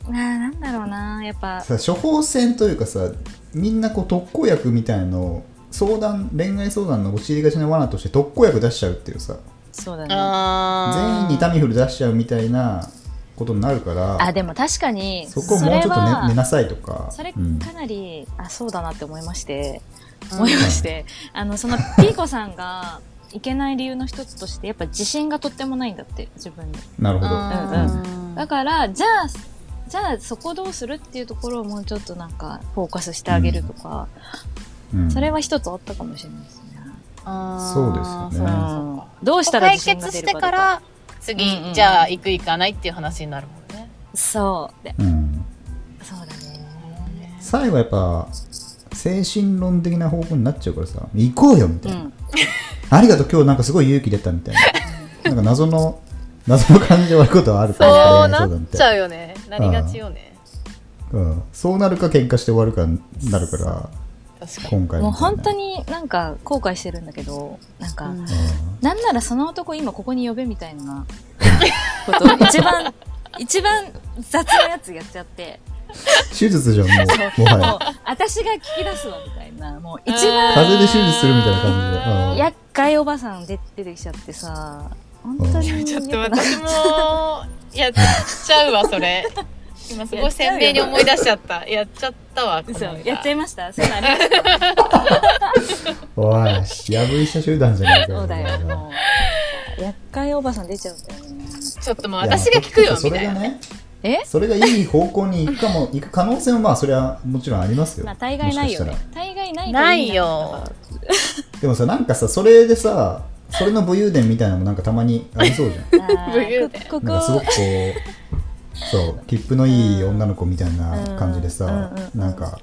[SPEAKER 2] あーなんだろうな、やっぱ、
[SPEAKER 1] さ処方箋というかさみんなこう特効薬みたいのを相談恋愛相談の陥りがちな罠として特効薬出しちゃうっていうさ
[SPEAKER 2] そうだね。
[SPEAKER 1] 全員
[SPEAKER 3] 全
[SPEAKER 1] にタミフル出しちゃうみたいなことになるから
[SPEAKER 2] あ、でも確かに、
[SPEAKER 1] そこをもうちょっと
[SPEAKER 2] は
[SPEAKER 1] 寝寝なさいとか
[SPEAKER 2] それか
[SPEAKER 1] うん
[SPEAKER 2] なり、あそうだなって思いまして、
[SPEAKER 3] うん
[SPEAKER 2] 思いまして、あのそのピーコさんがいけない理由の一つとしてやっぱ自信がとってもないんだって自分に
[SPEAKER 1] なるほど
[SPEAKER 2] だからじゃあじゃあそこどうするっていうところをもうちょっとなんかフォーカスしてあげるとか、
[SPEAKER 1] うん
[SPEAKER 2] それは一つあったかもしれないです
[SPEAKER 1] そ
[SPEAKER 2] ね、
[SPEAKER 1] うですよね
[SPEAKER 3] そううんかそうか
[SPEAKER 2] どうしたら
[SPEAKER 3] 解
[SPEAKER 2] 自信が
[SPEAKER 3] 決
[SPEAKER 2] 出
[SPEAKER 3] し
[SPEAKER 2] る
[SPEAKER 3] て
[SPEAKER 2] かとか
[SPEAKER 3] か
[SPEAKER 2] らうんう
[SPEAKER 3] 次
[SPEAKER 2] ん
[SPEAKER 3] じゃあ行く行かないっていう話になるもんね
[SPEAKER 2] そうで
[SPEAKER 1] うん
[SPEAKER 2] そうだね
[SPEAKER 1] 最後やっぱ精神論的な方向になっちゃうからさ行こうよみた
[SPEAKER 2] う
[SPEAKER 1] いな、
[SPEAKER 2] ん
[SPEAKER 1] ありがとう今日なんかすごい勇気出たみ たいななんか謎の謎の感じで終わることはあるから
[SPEAKER 3] そ
[SPEAKER 1] 恋
[SPEAKER 3] う
[SPEAKER 1] 愛
[SPEAKER 3] な
[SPEAKER 1] 相談
[SPEAKER 3] っちゃうよねなりがちよね
[SPEAKER 1] うん、そうなるか喧嘩して終わるかになるから
[SPEAKER 3] 確かに
[SPEAKER 1] 今回
[SPEAKER 2] もう
[SPEAKER 1] みたいな
[SPEAKER 2] 本当になんか後悔してるんだけどなんか、
[SPEAKER 3] うん
[SPEAKER 2] なんならその男今ここに呼べみたいなこと 一番一番雑なやつやっちゃって
[SPEAKER 1] 手術じゃんもうもは
[SPEAKER 2] もう
[SPEAKER 1] や
[SPEAKER 2] 私が聞き出すわみたいなもう一
[SPEAKER 3] うん
[SPEAKER 2] 番
[SPEAKER 1] 風邪で手術するみたいな感じでうん
[SPEAKER 2] 厄介おばさんで出てきちゃってさ本当に
[SPEAKER 3] ちょっと
[SPEAKER 2] 良くない
[SPEAKER 3] 私もやっちゃうわそ れ今すごい鮮明に思い出しちゃったやっちゃったわこの
[SPEAKER 2] そう
[SPEAKER 3] 間
[SPEAKER 2] やっちゃいましたそうなんです
[SPEAKER 1] おい破り者集団じゃないか
[SPEAKER 2] そうだよ
[SPEAKER 1] みたいな
[SPEAKER 2] もう厄介おばさん出ちゃうんだよね
[SPEAKER 3] ちょっともう私が聞くよ
[SPEAKER 1] そ
[SPEAKER 3] み
[SPEAKER 1] れ
[SPEAKER 3] たい
[SPEAKER 1] が
[SPEAKER 3] な
[SPEAKER 1] ね
[SPEAKER 2] え
[SPEAKER 1] それがいい方向に行くかも行く可能性もまあそれはもちろんありますよ、
[SPEAKER 2] まあ大概ないよ
[SPEAKER 1] も
[SPEAKER 2] ね
[SPEAKER 1] しかし
[SPEAKER 2] 大概ないと
[SPEAKER 3] ないよ
[SPEAKER 1] たらでもさなんかさそれでさそれの武勇伝みたいなのもなんかたまにありそう じゃん
[SPEAKER 2] いいなあ
[SPEAKER 3] 武勇
[SPEAKER 2] ー
[SPEAKER 3] 伝
[SPEAKER 2] ここ
[SPEAKER 1] なんかすごくこうそう切符のいい女の子みたいな感じで
[SPEAKER 2] うん
[SPEAKER 1] さ
[SPEAKER 2] うんうん、うん
[SPEAKER 1] なんか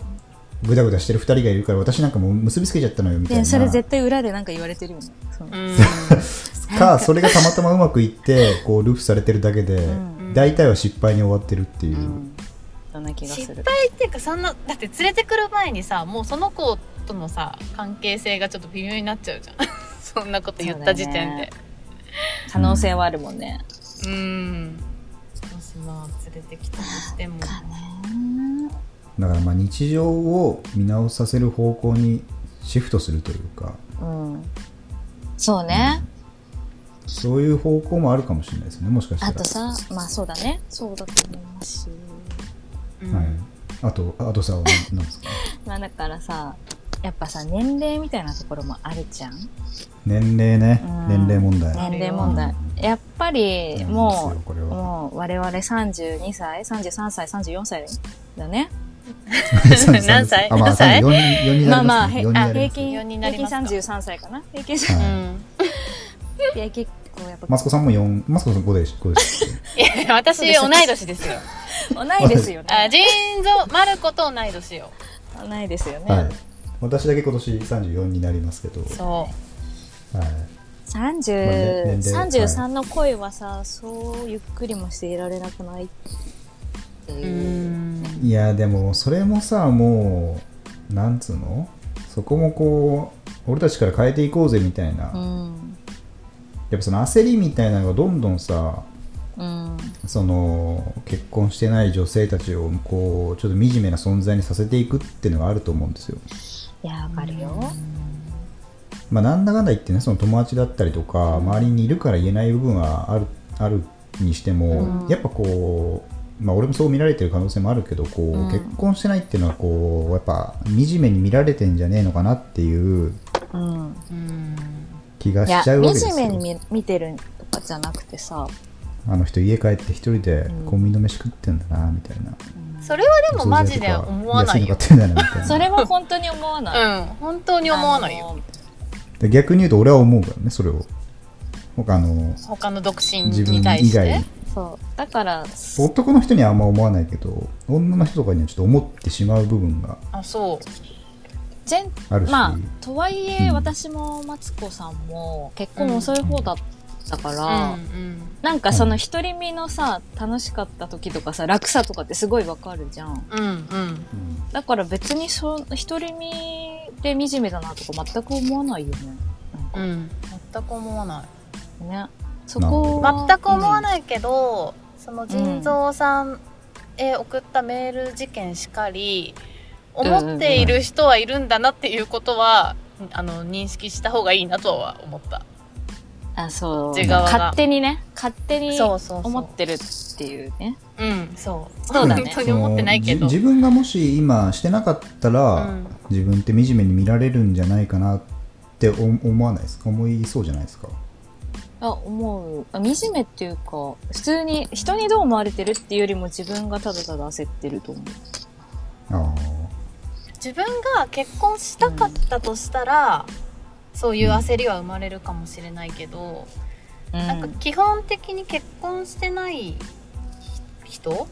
[SPEAKER 1] ぐだぐだしてる2人がいるから私なんかもう結びつけちゃったのよみたい
[SPEAKER 2] で
[SPEAKER 1] な
[SPEAKER 2] それ絶対裏でなんか言われてるよねそう
[SPEAKER 1] かそれがたまたまうまくいってこうループされてるだけで、
[SPEAKER 2] ん
[SPEAKER 1] 大体は失敗に終わってるっていう、
[SPEAKER 2] うんそんな気がす
[SPEAKER 3] 失
[SPEAKER 2] る
[SPEAKER 3] 敗っていうかそんなだって連れてくる前にさもうその子とのさ関係性がちょっと微妙になっちゃうじゃん そんなこと言った時点で
[SPEAKER 2] 可能性はあるもんね
[SPEAKER 3] う,、んもしまあ連れてきたとしても
[SPEAKER 1] だからまあ日常を見直させる方向にシフトするというか
[SPEAKER 2] うんそうね、
[SPEAKER 1] そういう方向もあるかもしれないですねもしかしたら
[SPEAKER 2] あとさまあそうだねそうだと思いますし
[SPEAKER 3] うん
[SPEAKER 1] はい、あとあとさななんですか
[SPEAKER 2] まあだからさやっぱさ年齢みたいなところもあるじゃん
[SPEAKER 1] 年齢ね
[SPEAKER 2] うん
[SPEAKER 1] 年齢問題、
[SPEAKER 2] 年齢問題やっぱり
[SPEAKER 1] あります
[SPEAKER 2] も
[SPEAKER 1] よこれ
[SPEAKER 2] う
[SPEAKER 1] は
[SPEAKER 2] もう我々32歳33歳34歳だね
[SPEAKER 3] 何歳
[SPEAKER 1] あまあ
[SPEAKER 3] 何歳
[SPEAKER 1] 四人四人に
[SPEAKER 2] ま
[SPEAKER 1] なりま
[SPEAKER 2] あまあ
[SPEAKER 1] すね
[SPEAKER 2] へ
[SPEAKER 1] 四人に
[SPEAKER 2] あ
[SPEAKER 1] なりま
[SPEAKER 2] 平
[SPEAKER 1] すね
[SPEAKER 2] 均
[SPEAKER 3] 四にな
[SPEAKER 2] 平
[SPEAKER 3] り
[SPEAKER 2] 均
[SPEAKER 3] ますか
[SPEAKER 2] 33歳かな平均
[SPEAKER 1] は
[SPEAKER 2] 3
[SPEAKER 1] い
[SPEAKER 3] うん
[SPEAKER 2] いや結構やっぱ
[SPEAKER 1] マツコさんも四マツコさん五でし五でし
[SPEAKER 3] いや私同い年ですよ
[SPEAKER 2] 同いですよ
[SPEAKER 3] あ
[SPEAKER 2] ね
[SPEAKER 3] 腎臓マルコと同い年よ
[SPEAKER 2] 同いですよね、
[SPEAKER 1] はい私だけ今年三十四になりますけど
[SPEAKER 3] そ
[SPEAKER 1] はいまあね
[SPEAKER 2] 30
[SPEAKER 1] 年齢
[SPEAKER 2] 33の恋はさそうゆっくりもしていられなくないって
[SPEAKER 3] うう
[SPEAKER 2] いう、
[SPEAKER 3] ん
[SPEAKER 1] いやでもそれもさもうなんつうのそこもこう俺たちから変えていこうぜみたいな、
[SPEAKER 2] う
[SPEAKER 1] やっ
[SPEAKER 2] ん
[SPEAKER 1] ぱその焦りみたいなのがどんどんさ
[SPEAKER 2] うん
[SPEAKER 1] その結婚してない女性たちをこうちょっと惨めな存在にさせていくっていうのがあると思うんですよ
[SPEAKER 2] いやわかるよ、
[SPEAKER 1] まあ、なんだかんだ言ってねその友達だったりとか周りにいるから言えない部分はあるあるにしても、
[SPEAKER 2] うん
[SPEAKER 1] やっぱこう、まあ、俺もそう見られてる可能性もあるけどこう、
[SPEAKER 2] うん
[SPEAKER 1] 結婚してないっていうのはこうやっぱ惨めに見られてんじゃねえのかなっていう
[SPEAKER 2] うん、
[SPEAKER 3] うん
[SPEAKER 1] 気が
[SPEAKER 2] いや
[SPEAKER 1] しちゃうわけですよ
[SPEAKER 2] 惨めに見見てるとかじゃなくてさ、
[SPEAKER 1] あの人家帰って一人で
[SPEAKER 2] うん
[SPEAKER 1] コンビニの飯食ってんだなみたいな、
[SPEAKER 2] うん
[SPEAKER 3] それはでもマジで思わないよ
[SPEAKER 1] 安いの買ってんだなみ たいな
[SPEAKER 2] それは本当に思わない、
[SPEAKER 3] うん本当に思わないよ
[SPEAKER 2] よ
[SPEAKER 1] で逆に言うと俺は思うからねそれを他の
[SPEAKER 3] 他の独身
[SPEAKER 1] 自分
[SPEAKER 3] に対
[SPEAKER 1] 以
[SPEAKER 3] し
[SPEAKER 1] 外
[SPEAKER 3] て
[SPEAKER 2] そうだから
[SPEAKER 1] 男の人にはあんま思わないけど女の人とかにはちょっと思ってしまう部分が
[SPEAKER 3] あそう
[SPEAKER 2] ジェン
[SPEAKER 1] あるし、
[SPEAKER 2] まあとはいえ、
[SPEAKER 1] うん
[SPEAKER 2] 私もマツコさんも結婚遅い方だったから、
[SPEAKER 3] うん
[SPEAKER 2] なんかその独り身のさ楽しかった時とかさ楽さとかってすごいわかるじゃん
[SPEAKER 3] うんうん
[SPEAKER 1] うん
[SPEAKER 2] だから別にそ独り身で惨めだなとか全く思わないよね
[SPEAKER 3] うんうん全く思わない
[SPEAKER 2] ねそこ
[SPEAKER 1] なるほ
[SPEAKER 2] は
[SPEAKER 1] ど
[SPEAKER 3] 全く思わ
[SPEAKER 2] い、
[SPEAKER 3] ないけど、その腎臓さんへ送ったメール事件しかり
[SPEAKER 2] ん
[SPEAKER 3] 思っている人はいるんだなっていうことは、あの認識した方がいいなとは思った、
[SPEAKER 2] うんあそう
[SPEAKER 3] 内側が
[SPEAKER 2] 勝手にね勝手に
[SPEAKER 3] そうそうそう
[SPEAKER 2] 思ってるっていうね
[SPEAKER 3] うんそう
[SPEAKER 2] そうだね
[SPEAKER 3] 本当に思ってないけど
[SPEAKER 1] そのじ自分がもし今してなかったら、
[SPEAKER 3] うん
[SPEAKER 1] 自分って惨めに見られるんじゃないかなってお思わないですか思いそうじゃないですか
[SPEAKER 2] あ思うあ惨めっていうか普通に人にどう思われてるっていうよりも自分がただただ焦ってると思う
[SPEAKER 1] あ
[SPEAKER 3] 自分が結婚したかったとしたら、そういう焦りは生まれるかもしれないけど、
[SPEAKER 2] うん
[SPEAKER 3] なんか基本的に結婚してない人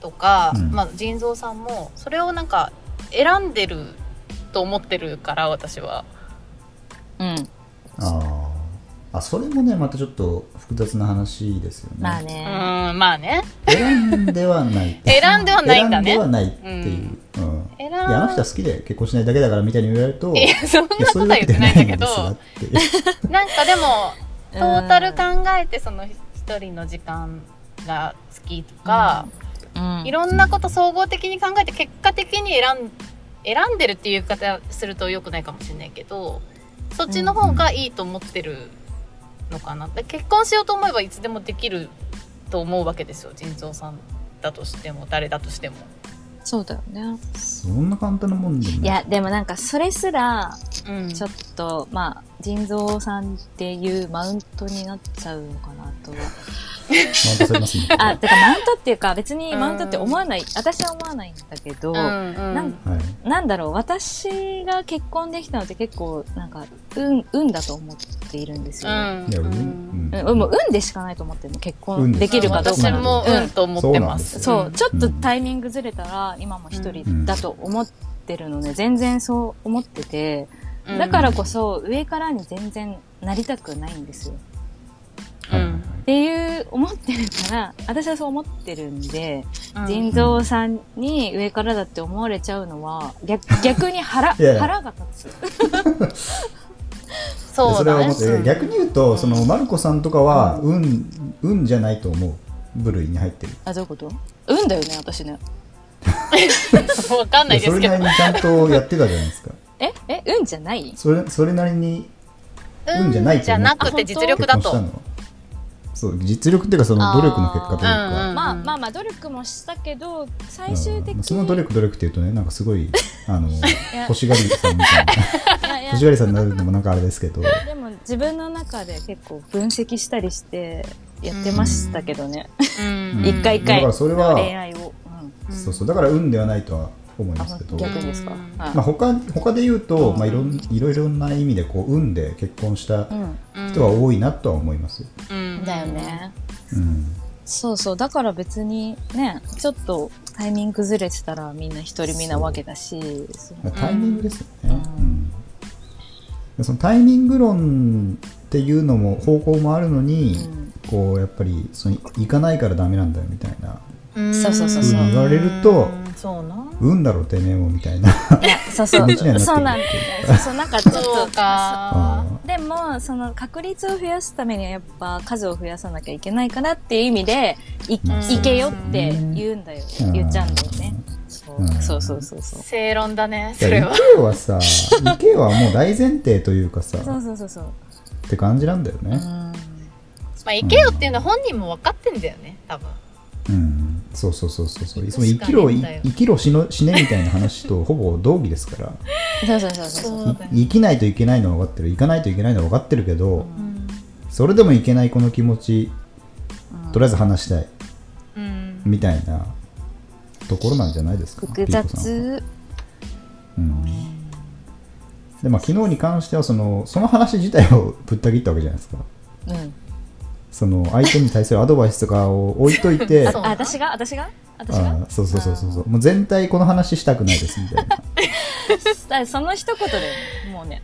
[SPEAKER 3] とか、
[SPEAKER 1] うん
[SPEAKER 3] まあ腎臓さんもそれをなんか選んでると思ってるから私は
[SPEAKER 2] うん
[SPEAKER 1] ああああそれもねまたちょっと複雑な話ですよね、
[SPEAKER 2] まあ
[SPEAKER 3] う
[SPEAKER 2] ね、
[SPEAKER 3] ーんまあね
[SPEAKER 1] 選んではない
[SPEAKER 3] 選んではないんだね
[SPEAKER 1] 選んではないっていう、うん
[SPEAKER 3] 選ん
[SPEAKER 1] いやあの人は好きで結婚しないだけだからみたいに言われると
[SPEAKER 3] いやそんない
[SPEAKER 1] や
[SPEAKER 3] ことは言ってないんだけど
[SPEAKER 1] そういうわけじゃないんですがっていう
[SPEAKER 3] なんかでも
[SPEAKER 2] う
[SPEAKER 3] ト
[SPEAKER 2] ん
[SPEAKER 3] ータル考えてその一人の時間が好きとか、
[SPEAKER 2] うん
[SPEAKER 3] いろんなこと総合的に考えて結果的に選ん選んでるっていう言い方すると良くないかもしれないけどそっちの方がいいと思ってるのかな、で結婚しようと思えばいつでもできると思うわけですよ腎臓さんだとしても誰だとしても
[SPEAKER 2] そうだよね
[SPEAKER 1] そんな簡単なもんでも
[SPEAKER 2] いやでもなんかそれすら
[SPEAKER 3] うん
[SPEAKER 2] ちょっとまあ腎臓さんっていうマウントになっちゃうのかなとは
[SPEAKER 1] マウントされますね
[SPEAKER 2] あ てかマウントっていうか別に
[SPEAKER 3] うん
[SPEAKER 2] マウントって思わない私は思わないんだけど、
[SPEAKER 3] うんうん
[SPEAKER 2] なん
[SPEAKER 1] はい
[SPEAKER 2] なんだろう私が結婚できたのって結構なんか運運だと思っているんですよ、ね
[SPEAKER 1] いやうん
[SPEAKER 3] うん
[SPEAKER 1] うん
[SPEAKER 2] うん、もう運でしかないと思ってるの結
[SPEAKER 1] 運
[SPEAKER 2] 婚
[SPEAKER 1] です
[SPEAKER 2] できるかどうか
[SPEAKER 3] 私
[SPEAKER 2] なんて
[SPEAKER 3] もうんと思ってます
[SPEAKER 1] そ
[SPEAKER 2] そう、ちょっと
[SPEAKER 1] うん
[SPEAKER 2] タイミングずれたら、今も一人だと思ってるので、全然そう思ってて、
[SPEAKER 3] うん
[SPEAKER 2] だからこそ、上からに全然なりたくないんですよ。
[SPEAKER 1] はいはいはい
[SPEAKER 3] うん
[SPEAKER 2] っていう、思ってるから、私はそう思ってるんで、
[SPEAKER 3] うん
[SPEAKER 2] 腎臓さんに上からだって思われちゃうのは、逆 逆に腹、
[SPEAKER 1] いやいや
[SPEAKER 2] 腹が立つ。
[SPEAKER 1] で
[SPEAKER 3] そ
[SPEAKER 1] そうれは
[SPEAKER 3] だ
[SPEAKER 1] 思
[SPEAKER 3] ね
[SPEAKER 1] って、逆に言うとそのマルコさんとかは運運じゃないと思う部類に入ってる
[SPEAKER 2] あ、どういうこと運だよね、私ね。
[SPEAKER 3] うん わかんないで
[SPEAKER 1] そ
[SPEAKER 3] す
[SPEAKER 1] れ
[SPEAKER 3] け
[SPEAKER 1] な
[SPEAKER 3] ど
[SPEAKER 1] りにちゃんとやってたじゃないですか
[SPEAKER 2] ええ運じゃない
[SPEAKER 1] それそれなりに運じゃないと思う
[SPEAKER 3] じゃなくて実力だ
[SPEAKER 1] 結
[SPEAKER 3] と
[SPEAKER 1] 婚したのそう実力っていうかその努力の結果という
[SPEAKER 3] あーうん
[SPEAKER 1] か
[SPEAKER 3] うん
[SPEAKER 2] まあまあまあ、努力もしたけど、最終的
[SPEAKER 1] うん
[SPEAKER 2] に。
[SPEAKER 1] その努力努力っていうとねなんかすごいあ の
[SPEAKER 2] や
[SPEAKER 1] 欲しがりさんみたいない
[SPEAKER 2] やいや
[SPEAKER 1] 欲しがりさんになるのもなんかあれですけど
[SPEAKER 2] でも自分の中で結構分析したりしてやってましたけどね、
[SPEAKER 3] うん
[SPEAKER 2] 一回一回
[SPEAKER 1] だからそれは
[SPEAKER 2] 恋愛を、うん
[SPEAKER 1] そうそうだから運ではないとは思いますけど
[SPEAKER 2] あ逆にですか、
[SPEAKER 3] うん
[SPEAKER 2] はい
[SPEAKER 1] まあ、他他で言うと、
[SPEAKER 2] うん
[SPEAKER 1] まあ、いろんいろいろな意味でこう運で結婚した
[SPEAKER 2] うん
[SPEAKER 3] うん
[SPEAKER 1] 人は多いなとは思いますよ、
[SPEAKER 3] うん
[SPEAKER 2] だよね
[SPEAKER 1] うん
[SPEAKER 2] そうそうだから別にねちょっとタイミングずれてたらみんな一人身なわけだしそう
[SPEAKER 1] まあタイミングですよね、
[SPEAKER 2] うん
[SPEAKER 1] うんでそのタイミング論っていうのも方向もあるのに、
[SPEAKER 2] うん
[SPEAKER 1] こうやっぱりその行かないからダメなんだよみたいな
[SPEAKER 2] そうそうそうそう
[SPEAKER 1] 言われると
[SPEAKER 3] そうな
[SPEAKER 1] 運だろてめえもみたいな
[SPEAKER 2] いやそうそう
[SPEAKER 1] みんなになってくる
[SPEAKER 2] そうなんだよそうそうなんかちょっ
[SPEAKER 3] そう
[SPEAKER 2] と
[SPEAKER 3] か
[SPEAKER 1] あ
[SPEAKER 2] でもその確率を増やすためにはやっぱ数を増やさなきゃいけないかなっていう意味でい,、
[SPEAKER 1] まあ
[SPEAKER 2] いけよって言うんだよ、
[SPEAKER 1] ー
[SPEAKER 2] 言っちゃうんだよね、そう
[SPEAKER 1] うん
[SPEAKER 2] そうそうそうそう。
[SPEAKER 3] 正論だね
[SPEAKER 1] い
[SPEAKER 3] そ
[SPEAKER 1] や
[SPEAKER 3] れ
[SPEAKER 1] 意
[SPEAKER 3] は
[SPEAKER 1] 見は さ意見はもう大前提というかさ
[SPEAKER 2] そうそうそうそう。
[SPEAKER 1] って感じなんだよ
[SPEAKER 2] う
[SPEAKER 1] ね
[SPEAKER 2] ん。
[SPEAKER 3] まあ行けよっていうのは本人も分かってんだよね多分
[SPEAKER 1] うんそうそうそうそうそう
[SPEAKER 3] 行く
[SPEAKER 1] その
[SPEAKER 3] し
[SPEAKER 1] 生
[SPEAKER 3] か
[SPEAKER 1] きろ
[SPEAKER 3] ねえ
[SPEAKER 1] い
[SPEAKER 3] んだよ
[SPEAKER 1] 生きろ死の死ねみたいな話と ほぼ同義ですから
[SPEAKER 2] そうそうそうそう。
[SPEAKER 3] そう
[SPEAKER 1] い
[SPEAKER 3] だよ
[SPEAKER 1] 生きないといけないのは分かってる行かないといけないのは分かってるけど、
[SPEAKER 3] うん
[SPEAKER 1] それでもいけないこの気持ち
[SPEAKER 2] うん
[SPEAKER 1] とりあえず話したい
[SPEAKER 3] うん
[SPEAKER 1] みたいなところなんじゃないですか
[SPEAKER 2] 複
[SPEAKER 1] ピーコさんは
[SPEAKER 2] 雑。
[SPEAKER 1] うんでまあ、昨日に関してはそのその話自体をぶった切ったわけじゃないですか
[SPEAKER 2] うん。
[SPEAKER 1] その相手に対するアドバイスとかを置いといて
[SPEAKER 3] そ
[SPEAKER 1] あ
[SPEAKER 3] う
[SPEAKER 2] あ、私が私が私が
[SPEAKER 1] ーそうそうそうそうそうもう全体この話したくないですみた いな
[SPEAKER 2] だその一言でもうね。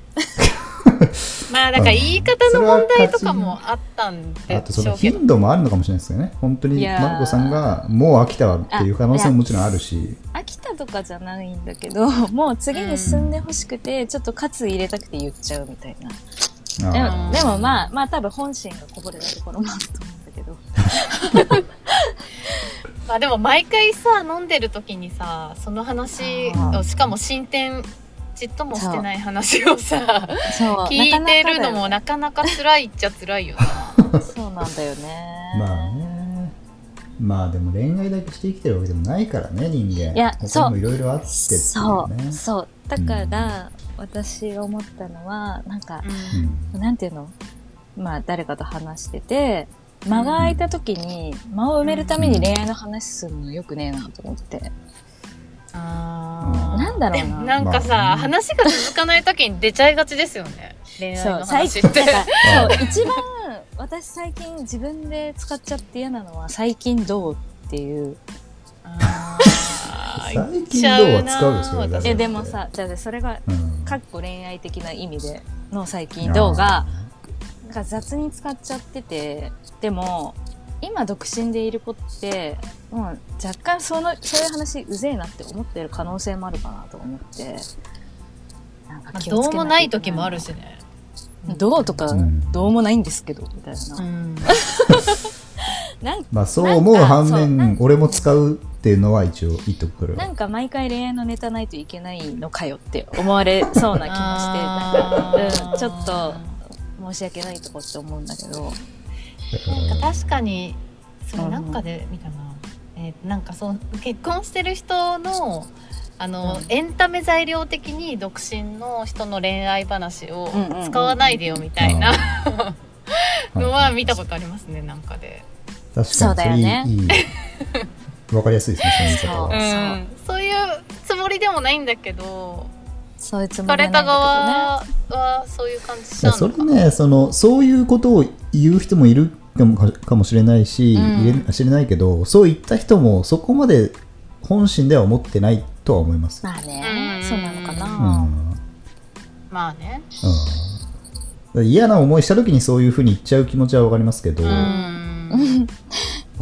[SPEAKER 3] まあだから言い方の問題とかもあったんで
[SPEAKER 1] あとそ
[SPEAKER 3] しょ
[SPEAKER 1] の
[SPEAKER 3] うけど
[SPEAKER 1] 頻度もあるのかもしれないですよね本当
[SPEAKER 2] い
[SPEAKER 1] に
[SPEAKER 2] やー
[SPEAKER 1] マルコさんがもう飽きたわっていう可能性ももちろんあるし
[SPEAKER 2] 飽きたとかじゃないんだけ ど、もう次に進んでほしくて、ちょっと喝入れたくて言っちゃうみたいな。で
[SPEAKER 1] あー
[SPEAKER 2] もでもまあ、まあ多分本心がこぼれたところもあると思うんだけど。
[SPEAKER 3] まあでも毎回さ飲んでる時にさその話をしかも進展ちっともしてない話をさ
[SPEAKER 2] そう。
[SPEAKER 3] 聞いてるのも
[SPEAKER 2] な
[SPEAKER 3] なかなか辛いっちゃ辛いよね。
[SPEAKER 2] かなかだよねそうなんだよね。
[SPEAKER 1] まあねまあでも恋愛だけして生きてるわけでもないからね人間
[SPEAKER 2] いや
[SPEAKER 1] 他にもいろいろあってって
[SPEAKER 2] そ
[SPEAKER 1] いうね
[SPEAKER 2] う、そう。だから、私が思ったのは、なんか、
[SPEAKER 1] うん
[SPEAKER 2] なんていうのまあ、誰かと話してて、間が空いた時に、間を埋めるために恋愛の話するのよくねえなと思って。
[SPEAKER 3] あー
[SPEAKER 2] なんだろうな
[SPEAKER 3] なんかさ、
[SPEAKER 1] まあ
[SPEAKER 3] 話が続かない時に出ちゃいがちですよね恋愛
[SPEAKER 2] そう、
[SPEAKER 3] の
[SPEAKER 2] 最
[SPEAKER 3] 話
[SPEAKER 2] 近、
[SPEAKER 3] っ
[SPEAKER 2] なんか
[SPEAKER 3] て。
[SPEAKER 2] そう、一番、私最近自分で使っちゃって嫌なのは、最近どうっていう。
[SPEAKER 3] あー
[SPEAKER 1] 最近どうは使うよそれだって
[SPEAKER 2] え、でもさ、じゃあそれが、
[SPEAKER 1] うん
[SPEAKER 2] かっこ恋愛的な意味での最近どうが、なんか雑に使っちゃってて、でも、今独身でいる子って、もう若干その、そういう話うぜえなって思ってる可能性もあるかなと思って。なんか
[SPEAKER 3] まあ
[SPEAKER 2] 気を
[SPEAKER 3] ど
[SPEAKER 2] つ
[SPEAKER 3] う
[SPEAKER 2] け
[SPEAKER 3] も
[SPEAKER 2] きゃ
[SPEAKER 3] ない
[SPEAKER 2] け
[SPEAKER 3] 時もあるし。ね。
[SPEAKER 2] どうとか、
[SPEAKER 1] うん
[SPEAKER 2] どうもないんですけど、みたいな。
[SPEAKER 3] うん
[SPEAKER 2] なんか
[SPEAKER 1] まあそう思う反
[SPEAKER 2] なん
[SPEAKER 1] 面
[SPEAKER 2] か
[SPEAKER 1] 俺も使うっていうのは一応言っとくから
[SPEAKER 2] なんか毎回恋愛のネタないといけないのかよって思われそうな気もして、なんか、うん、ちょっと申し訳ないとこって思うんだけど。
[SPEAKER 1] だか
[SPEAKER 3] なん
[SPEAKER 1] ら
[SPEAKER 3] か確かにそれ
[SPEAKER 2] うん
[SPEAKER 3] なんかで見たな、えーなんかその結婚してる人のあの、
[SPEAKER 2] うん
[SPEAKER 3] エンタメ材料的に独身の人の恋愛話を
[SPEAKER 2] うんうんうん
[SPEAKER 3] 使わないでよみたいな
[SPEAKER 1] あー
[SPEAKER 3] の
[SPEAKER 1] い
[SPEAKER 3] はい見たことありますねなんかで、
[SPEAKER 1] 確かに
[SPEAKER 2] そうだよね
[SPEAKER 1] それいいいいわかりやすいですねそういう言い方
[SPEAKER 2] う
[SPEAKER 3] う
[SPEAKER 1] は
[SPEAKER 3] ん、そういうつもりでもないんだけど
[SPEAKER 2] そういうつ
[SPEAKER 3] 聞
[SPEAKER 2] も
[SPEAKER 3] か
[SPEAKER 2] り
[SPEAKER 3] れ
[SPEAKER 2] はな
[SPEAKER 3] た
[SPEAKER 2] いんだ
[SPEAKER 3] 側はそういう感じし
[SPEAKER 1] いや
[SPEAKER 3] た
[SPEAKER 1] そ
[SPEAKER 3] の
[SPEAKER 1] れ
[SPEAKER 3] か
[SPEAKER 1] ねそのそういうことを言う人もいるかもかもしれないし、
[SPEAKER 2] うん
[SPEAKER 1] いれ知れないけどそう言った人もそこまで本心では思ってないとは思います、
[SPEAKER 2] けどね。まあね、
[SPEAKER 3] うん
[SPEAKER 2] そうなのか
[SPEAKER 1] うん
[SPEAKER 2] な。
[SPEAKER 3] まあね
[SPEAKER 1] うん嫌な思いした時にそういうふうに言っちゃう気持ちはわかりますけど、
[SPEAKER 3] うん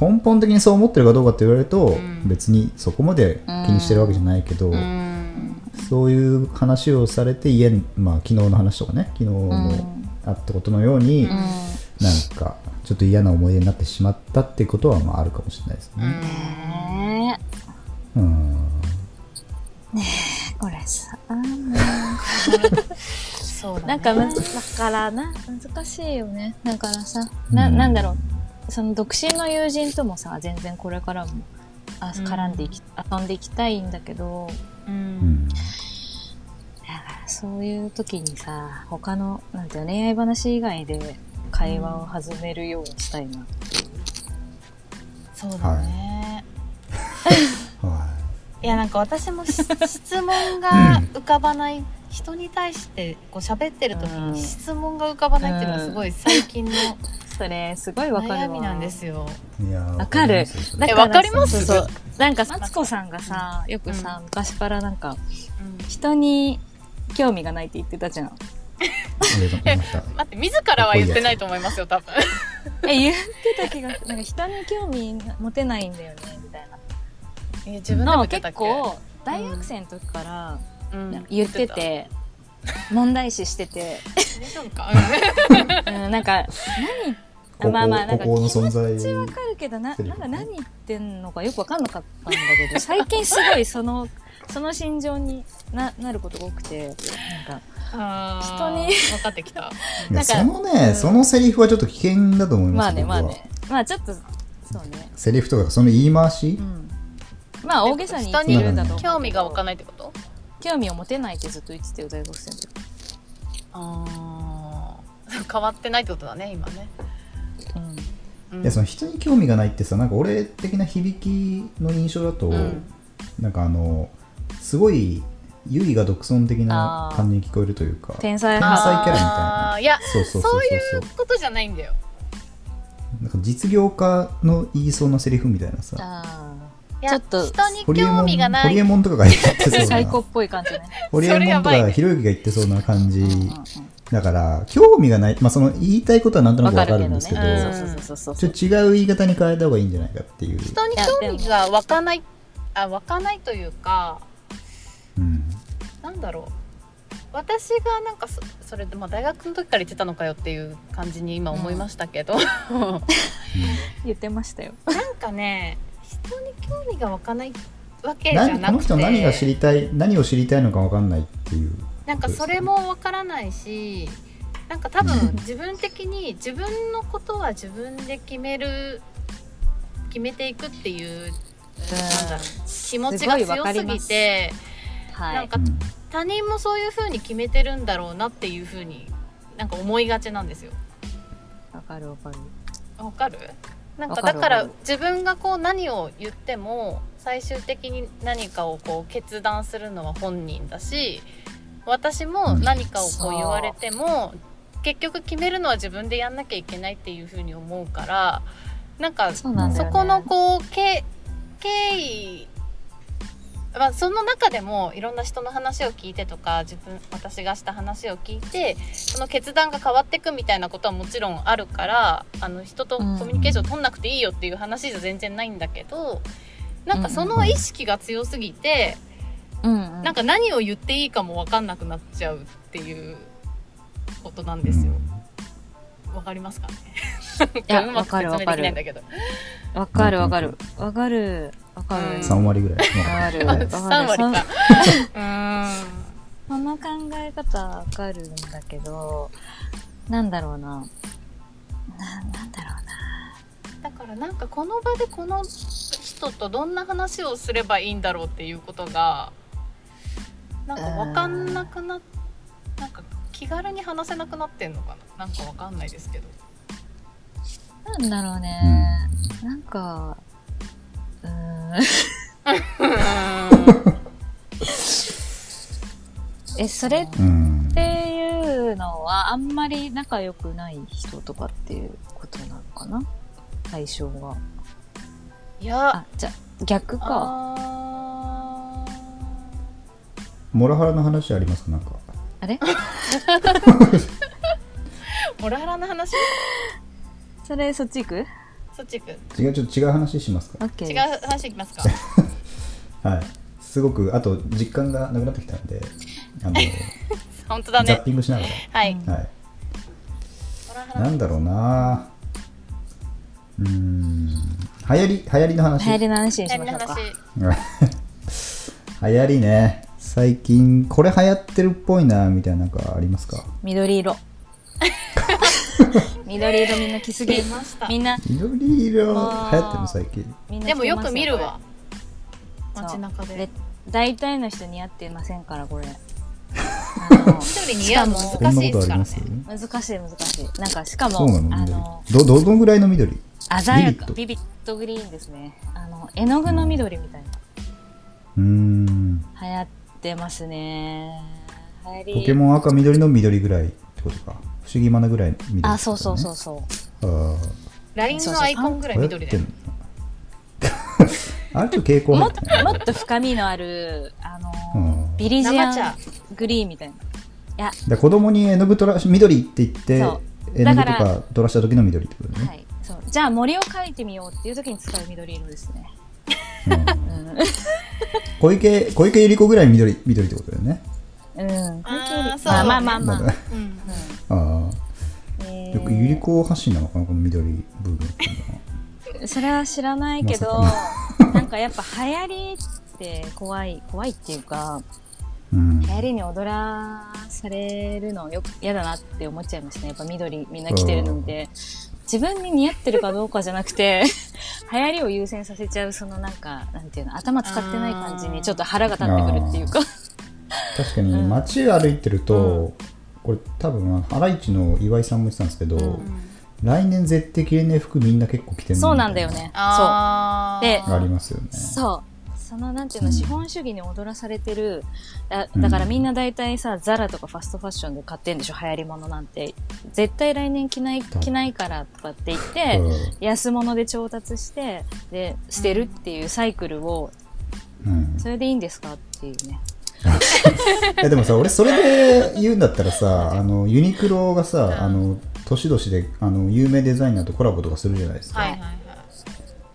[SPEAKER 1] 根本的にそう思ってるかどうかって言われると、
[SPEAKER 3] ん
[SPEAKER 1] 別にそこまで気にしてるわけじゃないけど、
[SPEAKER 3] うん
[SPEAKER 1] そういう話をされて家に、まあ、昨日の話とかね昨日も
[SPEAKER 2] ん
[SPEAKER 1] あったことのように、
[SPEAKER 3] うん
[SPEAKER 1] なんかちょっと嫌な思い出になってしまったってことはまああるかもしれないです
[SPEAKER 3] う
[SPEAKER 1] ね。
[SPEAKER 3] ん
[SPEAKER 2] ね
[SPEAKER 1] うん
[SPEAKER 2] え、これさ、
[SPEAKER 3] そうだね
[SPEAKER 2] なんかむ、だからな、難しいよね。だからさ、な、
[SPEAKER 1] うん
[SPEAKER 2] なんだろう、その独身の友人ともさ、全然これからも、あ
[SPEAKER 3] うん
[SPEAKER 2] 絡んでいき、遊んでいきたいんだけど、
[SPEAKER 3] う
[SPEAKER 1] うんん
[SPEAKER 2] そういう時にさ、他の、なんていうの恋愛話以外で会話を弾めるようにしたいな。
[SPEAKER 3] そうだね、
[SPEAKER 1] はい
[SPEAKER 3] やなんか私もし質問 が浮かばない人に対してこう喋ってる時
[SPEAKER 2] うん
[SPEAKER 3] に質問が浮かばないっていうのはすごい最近の
[SPEAKER 2] それ、すごいわかるわ。
[SPEAKER 3] 悩みなんですよ。
[SPEAKER 1] いいやー
[SPEAKER 2] わかる
[SPEAKER 1] わ
[SPEAKER 3] え
[SPEAKER 1] り
[SPEAKER 3] わかります
[SPEAKER 2] そうそうなんか、マツコさんがさ、よくさ、昔からなんか、
[SPEAKER 3] うん
[SPEAKER 2] 人に興味がないって言ってたじゃん。
[SPEAKER 1] ますよわかりました
[SPEAKER 3] 待って自らは言ってないと思いますよ多分。
[SPEAKER 2] え、言ってた気がする。なんか人に興味持てないんだよね、みたいな。
[SPEAKER 3] え自分で
[SPEAKER 2] の
[SPEAKER 3] も
[SPEAKER 2] を
[SPEAKER 3] 言ってた
[SPEAKER 2] 結
[SPEAKER 3] っけ
[SPEAKER 2] 構、大学生の時から
[SPEAKER 3] うん
[SPEAKER 2] なんか言ってて、問題視してて、
[SPEAKER 3] 大丈夫 か。
[SPEAKER 2] うん、なんか、
[SPEAKER 1] ここ
[SPEAKER 2] まあまあなんか
[SPEAKER 1] ここの存在
[SPEAKER 2] 何わかるけどな、
[SPEAKER 1] セリ
[SPEAKER 2] な
[SPEAKER 1] フ
[SPEAKER 2] んか何言ってんのかよくわかんなかったんだけど、最近すごいそのその心情にななることが多くてなんか
[SPEAKER 3] 人
[SPEAKER 2] 人に
[SPEAKER 3] 分かってきた。
[SPEAKER 1] い
[SPEAKER 2] な
[SPEAKER 1] や
[SPEAKER 2] んか
[SPEAKER 1] そのね、
[SPEAKER 2] うん
[SPEAKER 1] そのセリフはちょっと危険だと思いま
[SPEAKER 2] まあ
[SPEAKER 1] す
[SPEAKER 2] ね
[SPEAKER 1] よ
[SPEAKER 2] まあ
[SPEAKER 1] 僕は
[SPEAKER 2] ねまあちょっとそうね
[SPEAKER 1] セリフとかその言い回し
[SPEAKER 2] う、んまあ大げさに言
[SPEAKER 3] 人
[SPEAKER 2] っ
[SPEAKER 3] に
[SPEAKER 2] てるんだと思うけど
[SPEAKER 3] 興味が湧かないってこと？
[SPEAKER 2] 興味を持てないってずっと言ってたよ大学生の時
[SPEAKER 3] あー変わってないってことだね今ね。
[SPEAKER 2] うん
[SPEAKER 3] うん
[SPEAKER 1] いやその人に興味がないってさなんか俺的な響きの印象だと、
[SPEAKER 3] うん
[SPEAKER 1] なんかあのすごい優位が独尊的な
[SPEAKER 2] あー
[SPEAKER 1] 感じに聞こえるというか
[SPEAKER 2] 天才
[SPEAKER 1] 天才
[SPEAKER 2] 派
[SPEAKER 1] キャラみたいな
[SPEAKER 3] あーいや
[SPEAKER 1] そうそうそう
[SPEAKER 3] そうい
[SPEAKER 1] そう
[SPEAKER 3] うことじゃないんだよ。
[SPEAKER 1] なんか実業家の言いそうなセリフみたいなさ
[SPEAKER 2] あ
[SPEAKER 3] いや
[SPEAKER 2] ちょっと
[SPEAKER 3] 人に
[SPEAKER 1] ホリエモ
[SPEAKER 3] 興
[SPEAKER 1] ン
[SPEAKER 3] 味が
[SPEAKER 1] ホ
[SPEAKER 3] な
[SPEAKER 1] リ
[SPEAKER 3] い
[SPEAKER 1] エ。モンとかが言って
[SPEAKER 2] あ
[SPEAKER 1] そう
[SPEAKER 2] 最高
[SPEAKER 1] な
[SPEAKER 2] っぽい感じね、
[SPEAKER 1] ホリエモンと
[SPEAKER 3] それやばい
[SPEAKER 1] か
[SPEAKER 3] ね
[SPEAKER 1] ひろゆきが言ってそうな感じ、
[SPEAKER 2] うんうんうん
[SPEAKER 1] だから興味がない、まあ、その言いたいことはなんとな
[SPEAKER 2] わ
[SPEAKER 1] くわ
[SPEAKER 2] か
[SPEAKER 1] か
[SPEAKER 2] る
[SPEAKER 1] る
[SPEAKER 2] け
[SPEAKER 1] んで
[SPEAKER 2] どね
[SPEAKER 1] すけど
[SPEAKER 3] うん
[SPEAKER 2] そうそうそう
[SPEAKER 1] ち
[SPEAKER 2] そ
[SPEAKER 1] ょ
[SPEAKER 2] う
[SPEAKER 1] っと違う言い方に変えた方がいいんじゃないかっていう、
[SPEAKER 3] 人に興味が湧かないあ湧かないというか
[SPEAKER 1] うん、
[SPEAKER 3] なんだろう。私がなんかそそれでまあ大学の時から言ってたのかよっていう感じに今思いましたけど、
[SPEAKER 2] 言ってましたよ
[SPEAKER 3] なんかね人に興味が湧かないわけじゃな
[SPEAKER 1] 何
[SPEAKER 3] くて
[SPEAKER 1] この人何が知りたい何を知りたいのかわかんないっていう
[SPEAKER 3] なんかそれもわからないしなんか多分自分的に自分のことは自分で決める決めていくっていうなんだろう気持ち
[SPEAKER 2] すご
[SPEAKER 3] が
[SPEAKER 2] いわ
[SPEAKER 3] 強
[SPEAKER 2] かり
[SPEAKER 3] す
[SPEAKER 2] ま
[SPEAKER 3] ぎ
[SPEAKER 2] す
[SPEAKER 3] て
[SPEAKER 2] は
[SPEAKER 3] なん
[SPEAKER 2] い
[SPEAKER 3] か
[SPEAKER 1] うん
[SPEAKER 3] 他人もそういう風に決めてるんだろうなっていう風になんか思いがちなんですよ。
[SPEAKER 2] わかるわかる
[SPEAKER 3] わかるなんか
[SPEAKER 2] わか
[SPEAKER 3] だ
[SPEAKER 2] る
[SPEAKER 3] から
[SPEAKER 2] わかる
[SPEAKER 3] 自分がこう何を言っても最終的に何かをこう決断するのは本人だし私も何かをこ
[SPEAKER 2] そうう
[SPEAKER 3] 言われても結局決めるのは自分でやんなきゃいけないっていうふうに思うからなんかそ
[SPEAKER 2] そうなんだよ、ね、
[SPEAKER 3] このこうけ経緯まあ、その中でもいろんな人の話を聞いてとか自分私がした話を聞いてその決断が変わっていくみたいなことはもちろんあるからあの人とコミュニケーション取んなくていいよっていう話じゃ全然ないんだけどなんかその意識が強すぎて、
[SPEAKER 2] うんうん
[SPEAKER 3] なんか何を言っていいかも分かんなくなっちゃうっていうことなんですよ。わかりますかね
[SPEAKER 2] い や
[SPEAKER 3] うまく説明できないんだけど。
[SPEAKER 2] わかるわかるわかるわか
[SPEAKER 3] う
[SPEAKER 2] る
[SPEAKER 3] ん
[SPEAKER 1] 3割ぐ らい
[SPEAKER 2] わかる
[SPEAKER 1] まあ
[SPEAKER 2] わかる
[SPEAKER 3] 3割か。 う
[SPEAKER 2] その考え方わかるんだけど、なんだろうな。な、なんだろうな。
[SPEAKER 3] ーんだからなんかこの場でこの人とどんな話をすればいいんだろうっていうことがなんかわかんなくなっなんか気軽に話せなくなってんのかななんかわかんないですけど。
[SPEAKER 2] なんだろうね。なんか、うーん。 え、それっ
[SPEAKER 1] うん、うん
[SPEAKER 2] ていうのは、あんまり仲良くない人とかっていうことなのかな対象が。
[SPEAKER 3] いや
[SPEAKER 2] あ、じゃ、逆か。
[SPEAKER 3] あ
[SPEAKER 1] モラハラの話ありますかなんか
[SPEAKER 2] あれ
[SPEAKER 3] ーモラハラの話
[SPEAKER 2] それ、そっち行く
[SPEAKER 3] そっち行く
[SPEAKER 1] 違うちょっと違う話しますか
[SPEAKER 2] オッケ
[SPEAKER 3] 違う
[SPEAKER 2] ー。
[SPEAKER 3] 話いき ますか
[SPEAKER 1] はいすごくあと実感がなくなってきたんで あの、
[SPEAKER 3] 本当だ
[SPEAKER 1] ザ
[SPEAKER 3] ね
[SPEAKER 1] ッピングしなが
[SPEAKER 3] はい
[SPEAKER 2] うん
[SPEAKER 1] らはい
[SPEAKER 3] モラハラ
[SPEAKER 1] なんだろうなうーん流行り流行りの話
[SPEAKER 2] 流行りの話にし
[SPEAKER 3] 変
[SPEAKER 2] ま
[SPEAKER 3] な
[SPEAKER 2] しょうか
[SPEAKER 3] 話。
[SPEAKER 1] 流行りね最近これ流行ってるっぽいなみたいななんかありますか
[SPEAKER 2] 緑色。 緑色みんな着すぎ
[SPEAKER 3] 出。ました
[SPEAKER 2] みんな、
[SPEAKER 1] 緑色流行っ
[SPEAKER 3] あー
[SPEAKER 1] てるの最近
[SPEAKER 2] みんな
[SPEAKER 3] でもよ
[SPEAKER 2] 着て
[SPEAKER 3] く
[SPEAKER 2] ます
[SPEAKER 3] 見るわ。
[SPEAKER 2] そう
[SPEAKER 3] 街中で
[SPEAKER 2] レ大体の人似合ってませんからこ れあ
[SPEAKER 3] 緑似合うの
[SPEAKER 2] し
[SPEAKER 1] こ
[SPEAKER 3] 難
[SPEAKER 1] ん
[SPEAKER 3] し
[SPEAKER 1] ないこと
[SPEAKER 3] で
[SPEAKER 1] あり
[SPEAKER 3] すから
[SPEAKER 1] ま
[SPEAKER 3] ね
[SPEAKER 1] す
[SPEAKER 2] の難しい難しいなんかしか
[SPEAKER 1] そう
[SPEAKER 2] も
[SPEAKER 1] なの
[SPEAKER 2] あの
[SPEAKER 1] 緑どどどのぐらいの緑
[SPEAKER 2] 鮮やか
[SPEAKER 1] ビ
[SPEAKER 2] ビビットグリーンですねあの絵の具の緑みたいな
[SPEAKER 1] うーん
[SPEAKER 2] 流行ってますね流行り
[SPEAKER 1] ポケモン赤緑の緑ぐらいってことか不思議マナぐらい緑、
[SPEAKER 2] あそうそうそううそ
[SPEAKER 1] あ
[SPEAKER 3] LINE のアイコンぐら
[SPEAKER 1] あ
[SPEAKER 3] い緑だよ
[SPEAKER 1] の あれちょっと傾向
[SPEAKER 2] うも
[SPEAKER 1] 入
[SPEAKER 2] っ
[SPEAKER 1] って
[SPEAKER 2] と
[SPEAKER 1] ない
[SPEAKER 2] もっと深みのあるあの、
[SPEAKER 1] うん
[SPEAKER 2] ビリジア
[SPEAKER 3] 生
[SPEAKER 2] ン
[SPEAKER 3] 茶
[SPEAKER 2] グリーンみたいないや
[SPEAKER 1] で子供に絵の具取らし緑って言って
[SPEAKER 2] そう
[SPEAKER 1] 絵の具
[SPEAKER 2] だ
[SPEAKER 1] と
[SPEAKER 2] から
[SPEAKER 1] か取らした時の緑ってことね、
[SPEAKER 2] はいそうじゃあ森を描いてみようっていう時に使う緑色ですね、
[SPEAKER 1] うん
[SPEAKER 2] うん
[SPEAKER 1] 小池小池百合子ぐらい緑緑ってことだよね
[SPEAKER 2] うん。
[SPEAKER 3] あーそう
[SPEAKER 2] まあまあま
[SPEAKER 1] だ
[SPEAKER 2] あま
[SPEAKER 1] か
[SPEAKER 2] あ。
[SPEAKER 1] ら
[SPEAKER 3] うん
[SPEAKER 1] あ
[SPEAKER 2] え
[SPEAKER 1] あ
[SPEAKER 2] ー
[SPEAKER 1] よく百合子発信なのかなこの緑ブームっていうのは
[SPEAKER 2] それは知らないけど、
[SPEAKER 1] ま
[SPEAKER 2] なんかやっぱ流行りて怖い怖いっていうか
[SPEAKER 1] うん
[SPEAKER 2] 流行りに踊らされるのよく嫌だなって思っちゃいましたねやっぱ緑みんな着てるの見て自分に似合ってるかどうかじゃなくて 流行りを優先させちゃうそのなんかなんていうの頭使ってない感じにちょっと腹が立ってくるっていうか
[SPEAKER 1] 確かに街歩いてると、これ多分ハライチの岩井さんも言ってたんですけど、
[SPEAKER 2] うん
[SPEAKER 1] 来年絶対着れねえ服みんな結構着てる
[SPEAKER 2] そうなんだよねそう
[SPEAKER 3] あー
[SPEAKER 2] で
[SPEAKER 1] ありますよね
[SPEAKER 2] そう。そのなんていう
[SPEAKER 1] う
[SPEAKER 2] の、
[SPEAKER 1] ん
[SPEAKER 2] 資本主義に踊らされてる、だ
[SPEAKER 1] うん
[SPEAKER 2] だからみんな大体さ、ザラとかファストファッションで買ってんでしょ、流行り物なんて。絶対来年着ない、
[SPEAKER 1] だ
[SPEAKER 2] 着ないからとかって言って、安物で調達して、で、捨てるっていうサイクルを、
[SPEAKER 1] うんうん
[SPEAKER 2] それでいいんですかっていうね。
[SPEAKER 1] いやでも さ俺それで言うんだったらさあのユニクロがさあの年々であの有名デザイナーとコラボとかするじゃないですか、
[SPEAKER 3] はいはいはい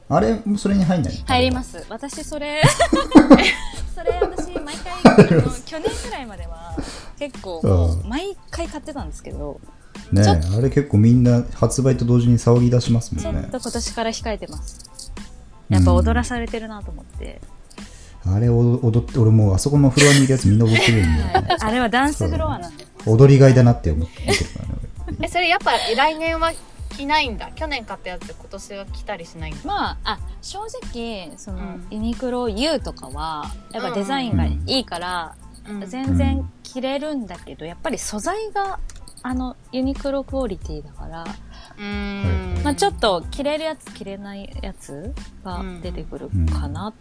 [SPEAKER 1] あれもそれに入んない
[SPEAKER 2] 入りますす。私 それ、それ私毎回、あの去年くらいまでは、結構もう
[SPEAKER 1] う
[SPEAKER 2] 毎回買ってたんですけど、
[SPEAKER 1] ね
[SPEAKER 2] ちょ
[SPEAKER 1] あれ結構みんな発売と同時に騒ぎ出します
[SPEAKER 2] ちょ
[SPEAKER 1] もん
[SPEAKER 2] っ
[SPEAKER 1] ね
[SPEAKER 2] と今年から控えてます。やっぱ踊らされてるなと思って。
[SPEAKER 1] あれお踊って俺もうあそこのフロアにいるやつみんな踊ってるんだよね
[SPEAKER 2] あれはダンスフロアなんです。
[SPEAKER 1] 踊りがいだなって思って見てるからね俺
[SPEAKER 3] えそれやっぱ来年は着ないんだ去年買ったやつ今年は着たりしないんだ
[SPEAKER 2] まあ、あ、正直、その、
[SPEAKER 3] うん
[SPEAKER 2] ユニクロ U とかは、やっぱデザインがいいから、
[SPEAKER 3] うん
[SPEAKER 2] 全然着れるんだけど、やっぱり素材が、あの、ユニクロクオリティだから、
[SPEAKER 3] うん
[SPEAKER 2] まあちょっと着れるやつ着れないやつが出てくるかなっ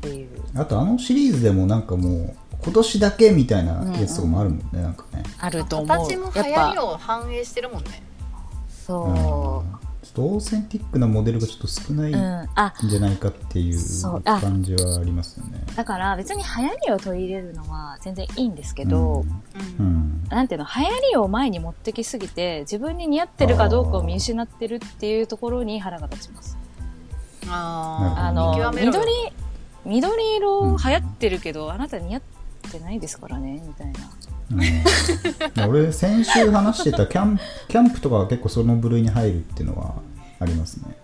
[SPEAKER 2] ていう。
[SPEAKER 1] あとあのシリーズでもなんかもう今年だけみたいなやつとかもあるもんね、なんかね
[SPEAKER 2] あると思う。
[SPEAKER 3] 形も流行り
[SPEAKER 2] やっ
[SPEAKER 3] を反映してるもんね
[SPEAKER 2] ぱそ。
[SPEAKER 1] うんちょっとオーセンティックなモデルがちょっと少ないう
[SPEAKER 2] うん。あ、
[SPEAKER 1] じゃないかっていう
[SPEAKER 2] そうあ
[SPEAKER 1] 感じはありますよね。
[SPEAKER 2] だから別に流行りを取り入れるのは全然いいんですけど、
[SPEAKER 3] う
[SPEAKER 1] うん、うんん
[SPEAKER 2] なんていうの流行りを前に持ってきすぎて自分に似合ってるかどうかを見失ってるっていうところに腹が立ちます。
[SPEAKER 1] ー
[SPEAKER 2] あ
[SPEAKER 3] あ
[SPEAKER 2] の
[SPEAKER 3] 見極めろ
[SPEAKER 2] 緑緑色
[SPEAKER 1] うん
[SPEAKER 2] 流行ってるけど、あなた似合ってないですからねみたいな。
[SPEAKER 1] うん俺先週話してたキャンプキャンプとかは結構その部類に入るっていうのはありますね。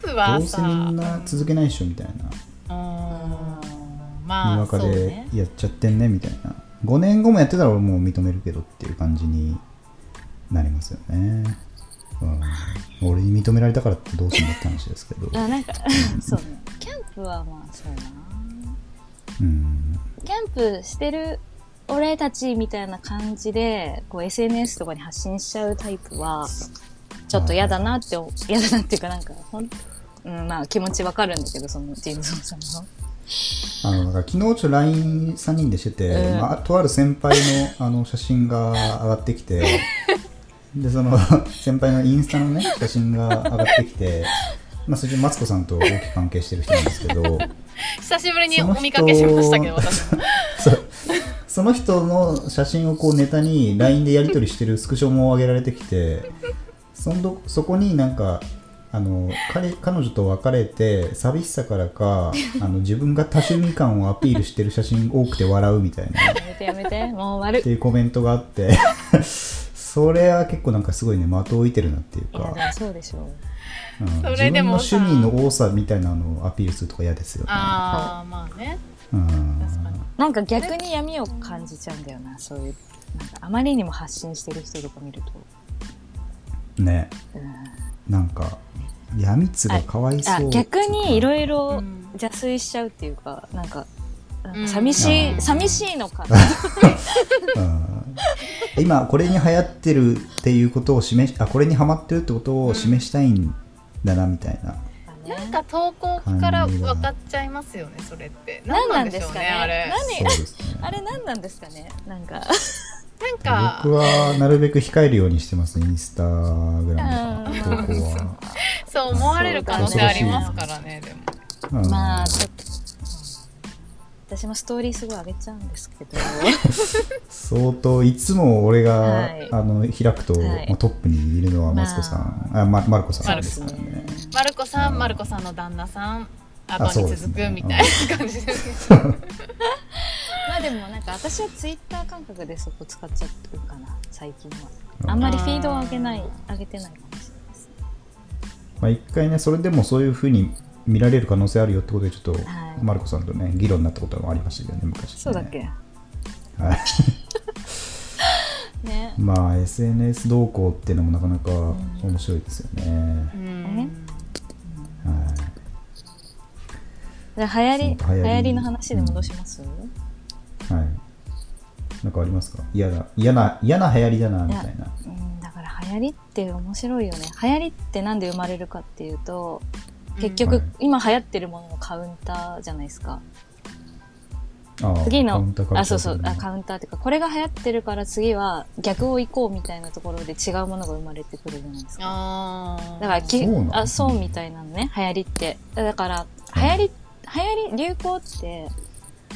[SPEAKER 3] ープ
[SPEAKER 1] ど
[SPEAKER 3] は
[SPEAKER 1] うせ
[SPEAKER 3] さ
[SPEAKER 1] みんな続けないっしょみたいな、に
[SPEAKER 3] うんま
[SPEAKER 1] わ
[SPEAKER 3] あ
[SPEAKER 1] か
[SPEAKER 3] そう
[SPEAKER 1] で
[SPEAKER 3] ね
[SPEAKER 1] やっちゃってんねみたいな。5年後もやってたら俺もう認めるけどっていう感じになりますよね。うん、俺に認められたからってどうすんだって話ですけど。
[SPEAKER 2] あなんか そうねキャンプはまあそうな。
[SPEAKER 1] うん
[SPEAKER 2] キャンプしてる俺たちみたいな感じでこう SNS とかに発信しちゃうタイプはちょっと嫌だなってお嫌だなっていうかなんかほん、うん、まあ気持ちわかるんだけどそのジェームソンさんの。
[SPEAKER 1] あのだから昨日ちょっと LINE3 人でしてて、
[SPEAKER 2] うん
[SPEAKER 1] まあ、とある先輩のあの写真が上がってきてでその 先輩のインスタのね写真が上がってきて、まあ、それでマツコさんと大きく関係してる人なんですけど
[SPEAKER 3] 久しぶりにお見かけしましたけど私も
[SPEAKER 1] そうその人の写真をこうネタに LINE でやり取りしてるスクショも上げられてきてそんどそこになんかあの彼彼女と別れて寂しさからかあの自分が多趣味感をアピールしてる写真多くて笑うみたいな。
[SPEAKER 2] やめてやめて、もう悪
[SPEAKER 1] っ
[SPEAKER 2] い。
[SPEAKER 1] ていうコメントがあってそれは結構なんかすごいね的を置いてるなっていう
[SPEAKER 2] いや、
[SPEAKER 1] か
[SPEAKER 2] で、もそうでしょう。
[SPEAKER 1] うん、
[SPEAKER 3] それでも
[SPEAKER 1] 自
[SPEAKER 3] さ
[SPEAKER 1] 分の趣味の多さみたいなのをアピールするとか嫌ですよね。
[SPEAKER 3] ああまあね
[SPEAKER 1] うん
[SPEAKER 3] 確かに
[SPEAKER 2] なんか逆に闇を感じちゃうんだよな、そういう。なんかあまりにも発信してる人とか見ると。
[SPEAKER 1] ね
[SPEAKER 2] うん、
[SPEAKER 1] なんか闇つがかわいそう
[SPEAKER 2] あ逆にいろ
[SPEAKER 1] い
[SPEAKER 2] いろ
[SPEAKER 3] うん
[SPEAKER 2] 邪推しちゃうっていうか、なんか、なん
[SPEAKER 3] うん
[SPEAKER 2] か寂し
[SPEAKER 1] あ
[SPEAKER 2] い、
[SPEAKER 1] ー
[SPEAKER 2] 寂しいのかな。
[SPEAKER 1] ろ、うん今これに流行ってるっていうことを示しあこれにハマってるってことを示したいんだなみたいな、
[SPEAKER 3] なんか投稿から分かっちゃいますよねそれって
[SPEAKER 2] 何
[SPEAKER 3] 何
[SPEAKER 2] な
[SPEAKER 3] なんん
[SPEAKER 2] で
[SPEAKER 3] でしょ
[SPEAKER 2] す
[SPEAKER 3] う
[SPEAKER 2] か
[SPEAKER 3] ね
[SPEAKER 2] ね。
[SPEAKER 3] あれ
[SPEAKER 1] そうですね
[SPEAKER 2] 何あれ何なんですかねなんか。
[SPEAKER 3] なんか
[SPEAKER 1] 僕はなるべく控えるようにしてますねインスタグラ
[SPEAKER 2] う
[SPEAKER 1] ム
[SPEAKER 2] ん
[SPEAKER 1] とか投稿は。
[SPEAKER 3] そう思われる可能性ありますからねでも
[SPEAKER 1] うん
[SPEAKER 2] まあ、ちょっと。うん私もストーリーすごい上げちゃうんです けど。
[SPEAKER 1] 相当いつも俺が、
[SPEAKER 2] はい
[SPEAKER 1] あの開くと、
[SPEAKER 2] はい
[SPEAKER 1] もうトップにいるのはマツコさん、あまマルコさん
[SPEAKER 3] マル
[SPEAKER 1] で
[SPEAKER 3] コ
[SPEAKER 1] すからね。
[SPEAKER 3] マルコさ
[SPEAKER 1] うん
[SPEAKER 3] んマルコさんの旦那さん
[SPEAKER 1] あ
[SPEAKER 3] 後
[SPEAKER 1] そう
[SPEAKER 3] に
[SPEAKER 1] です
[SPEAKER 3] 続
[SPEAKER 1] ね
[SPEAKER 3] くみたいな感じです
[SPEAKER 2] まあでもなんか私はツイッター感覚でそこ使っちゃってるかな最近はあんまりフィードを上げない上げてないかもしれないです
[SPEAKER 1] まあ一回ねそれでもそういうふうに見られる可能性あるよってことでちょっと、
[SPEAKER 2] はい
[SPEAKER 1] マルコさんとね議論になったこともありましたけどね昔ね
[SPEAKER 2] そうだっけ
[SPEAKER 1] はい
[SPEAKER 2] ね
[SPEAKER 1] まあ SNS 動向っていうのもなかなか面白いですよね、
[SPEAKER 3] うん
[SPEAKER 1] はい
[SPEAKER 2] で流行り
[SPEAKER 1] そう流行り
[SPEAKER 2] 流行りの話で戻します、
[SPEAKER 1] はい。なんかありますか嫌だ。嫌な、嫌な流行りだな、み
[SPEAKER 2] いや
[SPEAKER 1] たいな。
[SPEAKER 2] うん、だから流行りって面白いよね流行りってなんで生まれるかっていうと結
[SPEAKER 1] う
[SPEAKER 2] 局
[SPEAKER 1] んはい
[SPEAKER 2] 今流行ってるもののカウンターじゃないですか、
[SPEAKER 1] ああ
[SPEAKER 2] 次
[SPEAKER 1] カウ
[SPEAKER 2] の
[SPEAKER 1] ンターカ
[SPEAKER 2] あ
[SPEAKER 1] ウンタ
[SPEAKER 2] そ
[SPEAKER 1] ー
[SPEAKER 2] うそう
[SPEAKER 1] カウ
[SPEAKER 2] あ
[SPEAKER 1] ン
[SPEAKER 2] カウンターっていうかこれが流行ってるから次は逆を行こうみたいなところで違うものが生まれてくるじゃないですか
[SPEAKER 3] あー
[SPEAKER 2] だからき
[SPEAKER 1] そうなの
[SPEAKER 2] あそうみたいなのね流行りってだから流行り流行り流行って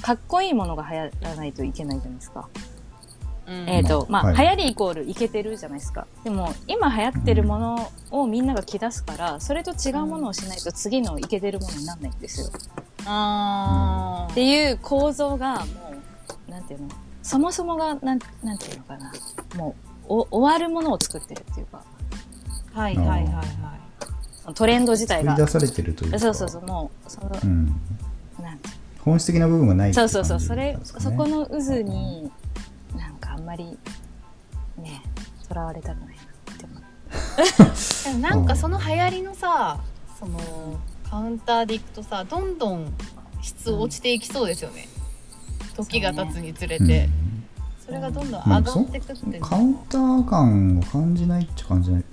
[SPEAKER 2] かっこいいものが流行らないといけないじゃないですか。
[SPEAKER 3] うん
[SPEAKER 2] えっ、と、まあ、
[SPEAKER 1] はい
[SPEAKER 2] 流行りイコールイケてるじゃないですか。でも、今流行ってるものをみんなが着出すから、それと違うものをしないと次のイケてるものにならないんですよ。
[SPEAKER 3] あー
[SPEAKER 2] っていう構造がもうなんていうのそもそもがなんなんていうのかなもうお終わるものを作ってるっていうか
[SPEAKER 3] はいはいはいはい
[SPEAKER 2] トレンド自体
[SPEAKER 1] 作
[SPEAKER 2] が
[SPEAKER 1] り出されてるというか。
[SPEAKER 2] そうそうそうもうその、
[SPEAKER 1] うん。
[SPEAKER 2] なんて
[SPEAKER 1] 本質的な部分がないって
[SPEAKER 2] そ
[SPEAKER 1] いう
[SPEAKER 2] そうそうそ
[SPEAKER 1] 感じ
[SPEAKER 2] れ、
[SPEAKER 1] なんですかね
[SPEAKER 2] そこの渦になんかあんまりねとらわれたくないなって思う
[SPEAKER 3] でもなんかその流行りのさそのカウンターでいくとさどんどん質落ちていきそうですよね、時が経つにつれて
[SPEAKER 1] う
[SPEAKER 3] そ,、
[SPEAKER 1] ん
[SPEAKER 3] れがどんどん
[SPEAKER 1] ま
[SPEAKER 3] 上
[SPEAKER 1] あ
[SPEAKER 3] がってくってね、
[SPEAKER 1] カウンター感を感じないっちゃ感じないか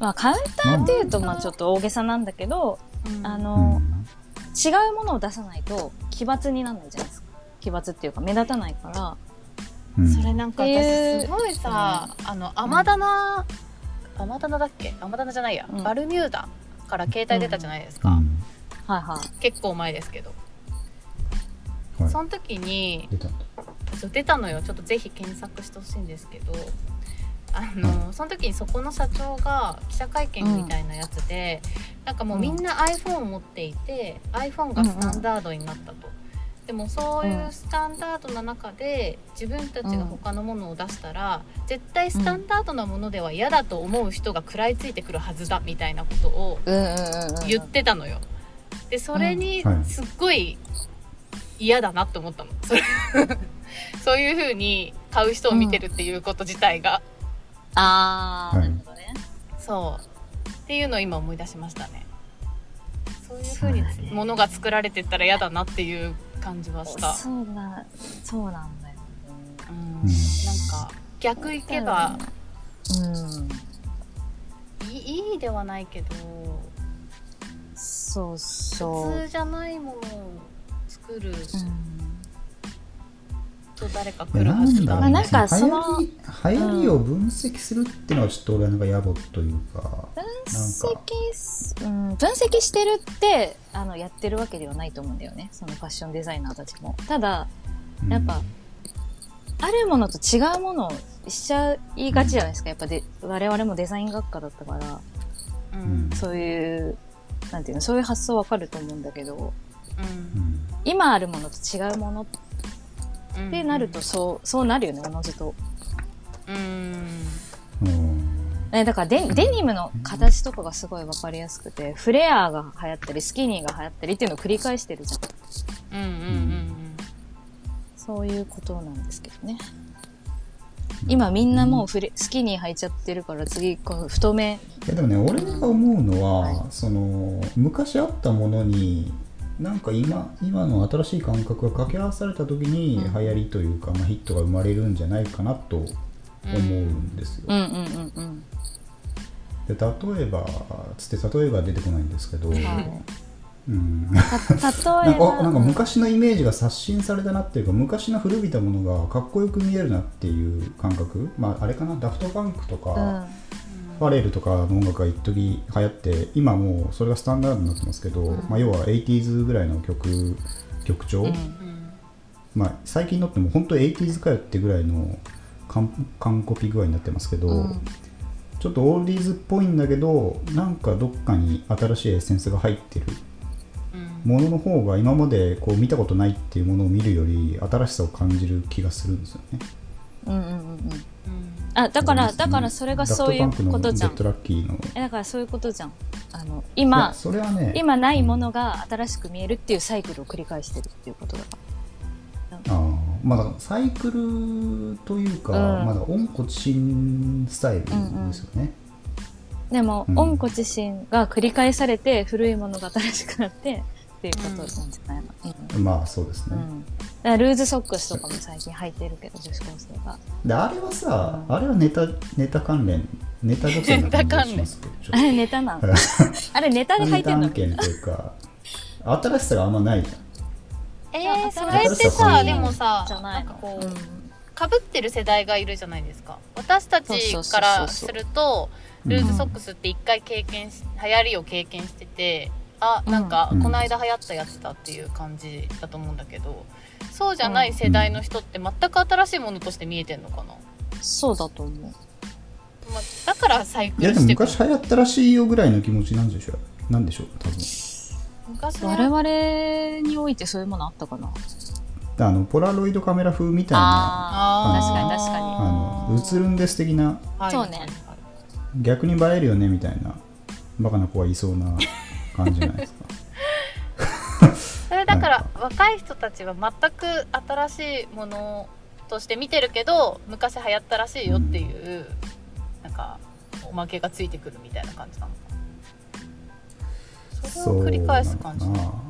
[SPEAKER 2] まあカウンタ
[SPEAKER 1] な。なん
[SPEAKER 2] ーって
[SPEAKER 1] だ
[SPEAKER 2] いうとまあちょっと大げさなんだけど
[SPEAKER 3] うん
[SPEAKER 2] あ
[SPEAKER 1] う
[SPEAKER 2] の、
[SPEAKER 1] ん
[SPEAKER 2] 違うものを出さないと奇抜にならないじゃないですか奇抜っていうか目立たないから
[SPEAKER 1] うん
[SPEAKER 3] それなんか私すごいさ、あのアマダナ、アマダナだっけアマダナじゃないや、
[SPEAKER 2] うん
[SPEAKER 3] バルミューダから携帯出たじゃないです
[SPEAKER 1] う
[SPEAKER 3] か、
[SPEAKER 1] ん
[SPEAKER 2] はいはい
[SPEAKER 3] 結構前ですけど、
[SPEAKER 1] はい
[SPEAKER 3] その時に
[SPEAKER 1] 出たんだ
[SPEAKER 3] そう出たのよちょっとぜひ検索してほしいんですけどあのその時にそこの社長が記者会見みたいなやつで、なんかもうみんな iPhone を持っていて iPhone がスタンダードになったと。でもそういううんスタンダードな中で自分たちが他のものを出したら、絶対スタンダードなものでは嫌だと思う人が食らいついてくるはずだみたいなことを
[SPEAKER 2] うんうんうんうん
[SPEAKER 3] 言ってたのよ。でそれに
[SPEAKER 1] うんはい
[SPEAKER 3] すっごい嫌だなって思ったの。それ そういう風に買う人を見てるっていうこと自体が、
[SPEAKER 2] あー、
[SPEAKER 1] はい
[SPEAKER 2] なるほどね。
[SPEAKER 3] そうっていうのを今思い出しましたね。そういう風に
[SPEAKER 1] そうだね
[SPEAKER 3] ものが作られてったら嫌だなっていう感じはした。
[SPEAKER 2] そうな、そうなんだよね。
[SPEAKER 3] うん
[SPEAKER 1] うん
[SPEAKER 3] なんか逆行けば
[SPEAKER 2] うん。
[SPEAKER 3] いいいいではないけど
[SPEAKER 2] そうそ
[SPEAKER 3] 普
[SPEAKER 2] う
[SPEAKER 3] 通。じゃないものを作る
[SPEAKER 2] うん
[SPEAKER 3] と誰か
[SPEAKER 1] い
[SPEAKER 3] 来
[SPEAKER 1] や
[SPEAKER 3] る
[SPEAKER 1] な
[SPEAKER 3] は
[SPEAKER 1] ん
[SPEAKER 3] ず
[SPEAKER 1] だ
[SPEAKER 3] だ。
[SPEAKER 1] ろう
[SPEAKER 2] ま
[SPEAKER 1] ね
[SPEAKER 2] あなんかその
[SPEAKER 1] 流行り流行りを分析するっていうのはちょっと俺はなんか野暮というか、
[SPEAKER 2] 分析す、うん、分析してるって、あの、やってるわけではないと思うんだよね。そのファッションデザイナーたちも。ただ、
[SPEAKER 1] うん
[SPEAKER 2] やっぱあるものと違うものをしちゃいがちじゃないですか。やっぱで、我々もデザイン学科だったから、
[SPEAKER 3] うん
[SPEAKER 2] そういう、なんていうの、そういう発想わかると思うんだけど、
[SPEAKER 3] うん
[SPEAKER 1] うん
[SPEAKER 2] 今あるものと違うものっ
[SPEAKER 3] って
[SPEAKER 2] なると、そう、そうなるよね、おのずと。
[SPEAKER 3] うん、
[SPEAKER 1] うん
[SPEAKER 2] ね、だからデデニムの形とかがすごいわかりやすくて、フレアが流行ったり、スキニーが流行ったりっていうのを繰り返してるじゃん。
[SPEAKER 3] うんうんうん
[SPEAKER 2] そういうことなんですけどね。今みんなもうフレ、スキニー履いちゃってるから次、この太め。
[SPEAKER 1] いやでもね俺が思うのは、その昔あったものになんか今今の新しい感覚が掛け合わされた時に流行りというか、まあ、ヒットが生まれるんじゃないかなと思
[SPEAKER 3] うん
[SPEAKER 1] うんですよ。
[SPEAKER 2] うんうんうんうん。
[SPEAKER 1] で例えばつって例えば出てこないんですけど、うん、
[SPEAKER 2] た、例
[SPEAKER 1] なん
[SPEAKER 2] え
[SPEAKER 1] かあ
[SPEAKER 2] ば。
[SPEAKER 1] なんか昔のイメージが刷新されたなっていうか昔の古びたものがかっこよく見えるなっていう感覚、まあ、あれかなダフトパンクとか、
[SPEAKER 2] うん。
[SPEAKER 1] ファレルとかの音楽が一時流行って今もうそれがスタンダードになってますけど、
[SPEAKER 2] うん
[SPEAKER 1] まあ、要は 80s ぐらいの曲曲調、
[SPEAKER 2] うん
[SPEAKER 3] うん
[SPEAKER 1] まあ、最近のってもう本当 80s かよってぐらいの完完コピ具合になってますけど、
[SPEAKER 2] うん
[SPEAKER 1] ちょっとオールディーズっぽいんだけどなんかどっかに新しいエッセンスが入ってる
[SPEAKER 3] うん
[SPEAKER 1] ものの方が今までこう見たことないっていうものを見るより新しさを感じる気がするんですよね
[SPEAKER 2] うんうんうんうん。
[SPEAKER 3] うん
[SPEAKER 2] あ、だから、
[SPEAKER 1] そうですね
[SPEAKER 2] だからそれがそういうことじゃ
[SPEAKER 1] ダフトパンクの
[SPEAKER 2] ん
[SPEAKER 1] ゲッ。トラッキーの
[SPEAKER 2] えだからそういうことじゃん。あの
[SPEAKER 1] い
[SPEAKER 2] 今
[SPEAKER 1] やそれはね
[SPEAKER 2] 今ないものが新しく見えるっていうサイクルを繰り返してるっていうことだか
[SPEAKER 1] あーまあだからサイクルというか、
[SPEAKER 2] うん
[SPEAKER 1] まだ温故知新スタイルですよね、
[SPEAKER 2] らでも、
[SPEAKER 1] うん
[SPEAKER 2] 温故知新が繰り返されて古いものが新しくなってっていうことなんじゃないの、今
[SPEAKER 1] まあそうです
[SPEAKER 2] う
[SPEAKER 1] ね、
[SPEAKER 2] ん、だからルーズソックスとかも最近履いてるけど女子高生が
[SPEAKER 1] であれはさ、
[SPEAKER 2] うん
[SPEAKER 1] あれはネタネタ関連ネタ女性な感じがしますけどちょ
[SPEAKER 2] あ
[SPEAKER 1] っ
[SPEAKER 2] れネタなん
[SPEAKER 1] とだか
[SPEAKER 2] あれネタ
[SPEAKER 1] ら
[SPEAKER 2] で履い
[SPEAKER 1] ネ
[SPEAKER 2] て
[SPEAKER 1] タ
[SPEAKER 2] ん
[SPEAKER 1] 案
[SPEAKER 2] の
[SPEAKER 1] 件というか新しさがあんまないじゃん
[SPEAKER 3] え
[SPEAKER 2] や
[SPEAKER 3] ー、そ
[SPEAKER 2] 新
[SPEAKER 3] れ
[SPEAKER 2] し
[SPEAKER 3] っ
[SPEAKER 2] い
[SPEAKER 3] て
[SPEAKER 1] そう
[SPEAKER 3] さ
[SPEAKER 1] いう
[SPEAKER 3] でもさ
[SPEAKER 2] じゃな
[SPEAKER 3] ないん
[SPEAKER 2] の
[SPEAKER 3] かこ
[SPEAKER 2] う
[SPEAKER 3] うんかぶってる世代がいるじゃないですか私たちからするとルーズソックスって一回経験し流行りを経験しててあなんか
[SPEAKER 1] うん
[SPEAKER 3] この間流行ったやつだっていう感じだと思うんだけどそうじゃない世代の人って全く新しいものとして見えてんのかな、ま
[SPEAKER 2] そうだと思う
[SPEAKER 3] あ、だからサイク
[SPEAKER 1] いや
[SPEAKER 3] ル
[SPEAKER 1] で
[SPEAKER 3] し
[SPEAKER 1] も
[SPEAKER 3] てくる
[SPEAKER 1] 昔流行ったらしいよぐらいの気持ちなんでしょうなんでしょう多分
[SPEAKER 3] 昔
[SPEAKER 2] 我々においてそういうものあったかな
[SPEAKER 1] あのポラロイドカメラ風みたいなー
[SPEAKER 2] あー確かに確かに
[SPEAKER 1] あの映るんです的な
[SPEAKER 3] はい
[SPEAKER 2] そうね
[SPEAKER 1] 逆に映えるよねみたいなバカな子はいそうな感じじゃないですか
[SPEAKER 3] それだから若い人たちは全く新しいものとして見てるけど昔流行ったらしいよっていう、なんかおまけがついてくるみたいな感じなのかなそれを繰り返す感じ
[SPEAKER 1] そうなのかな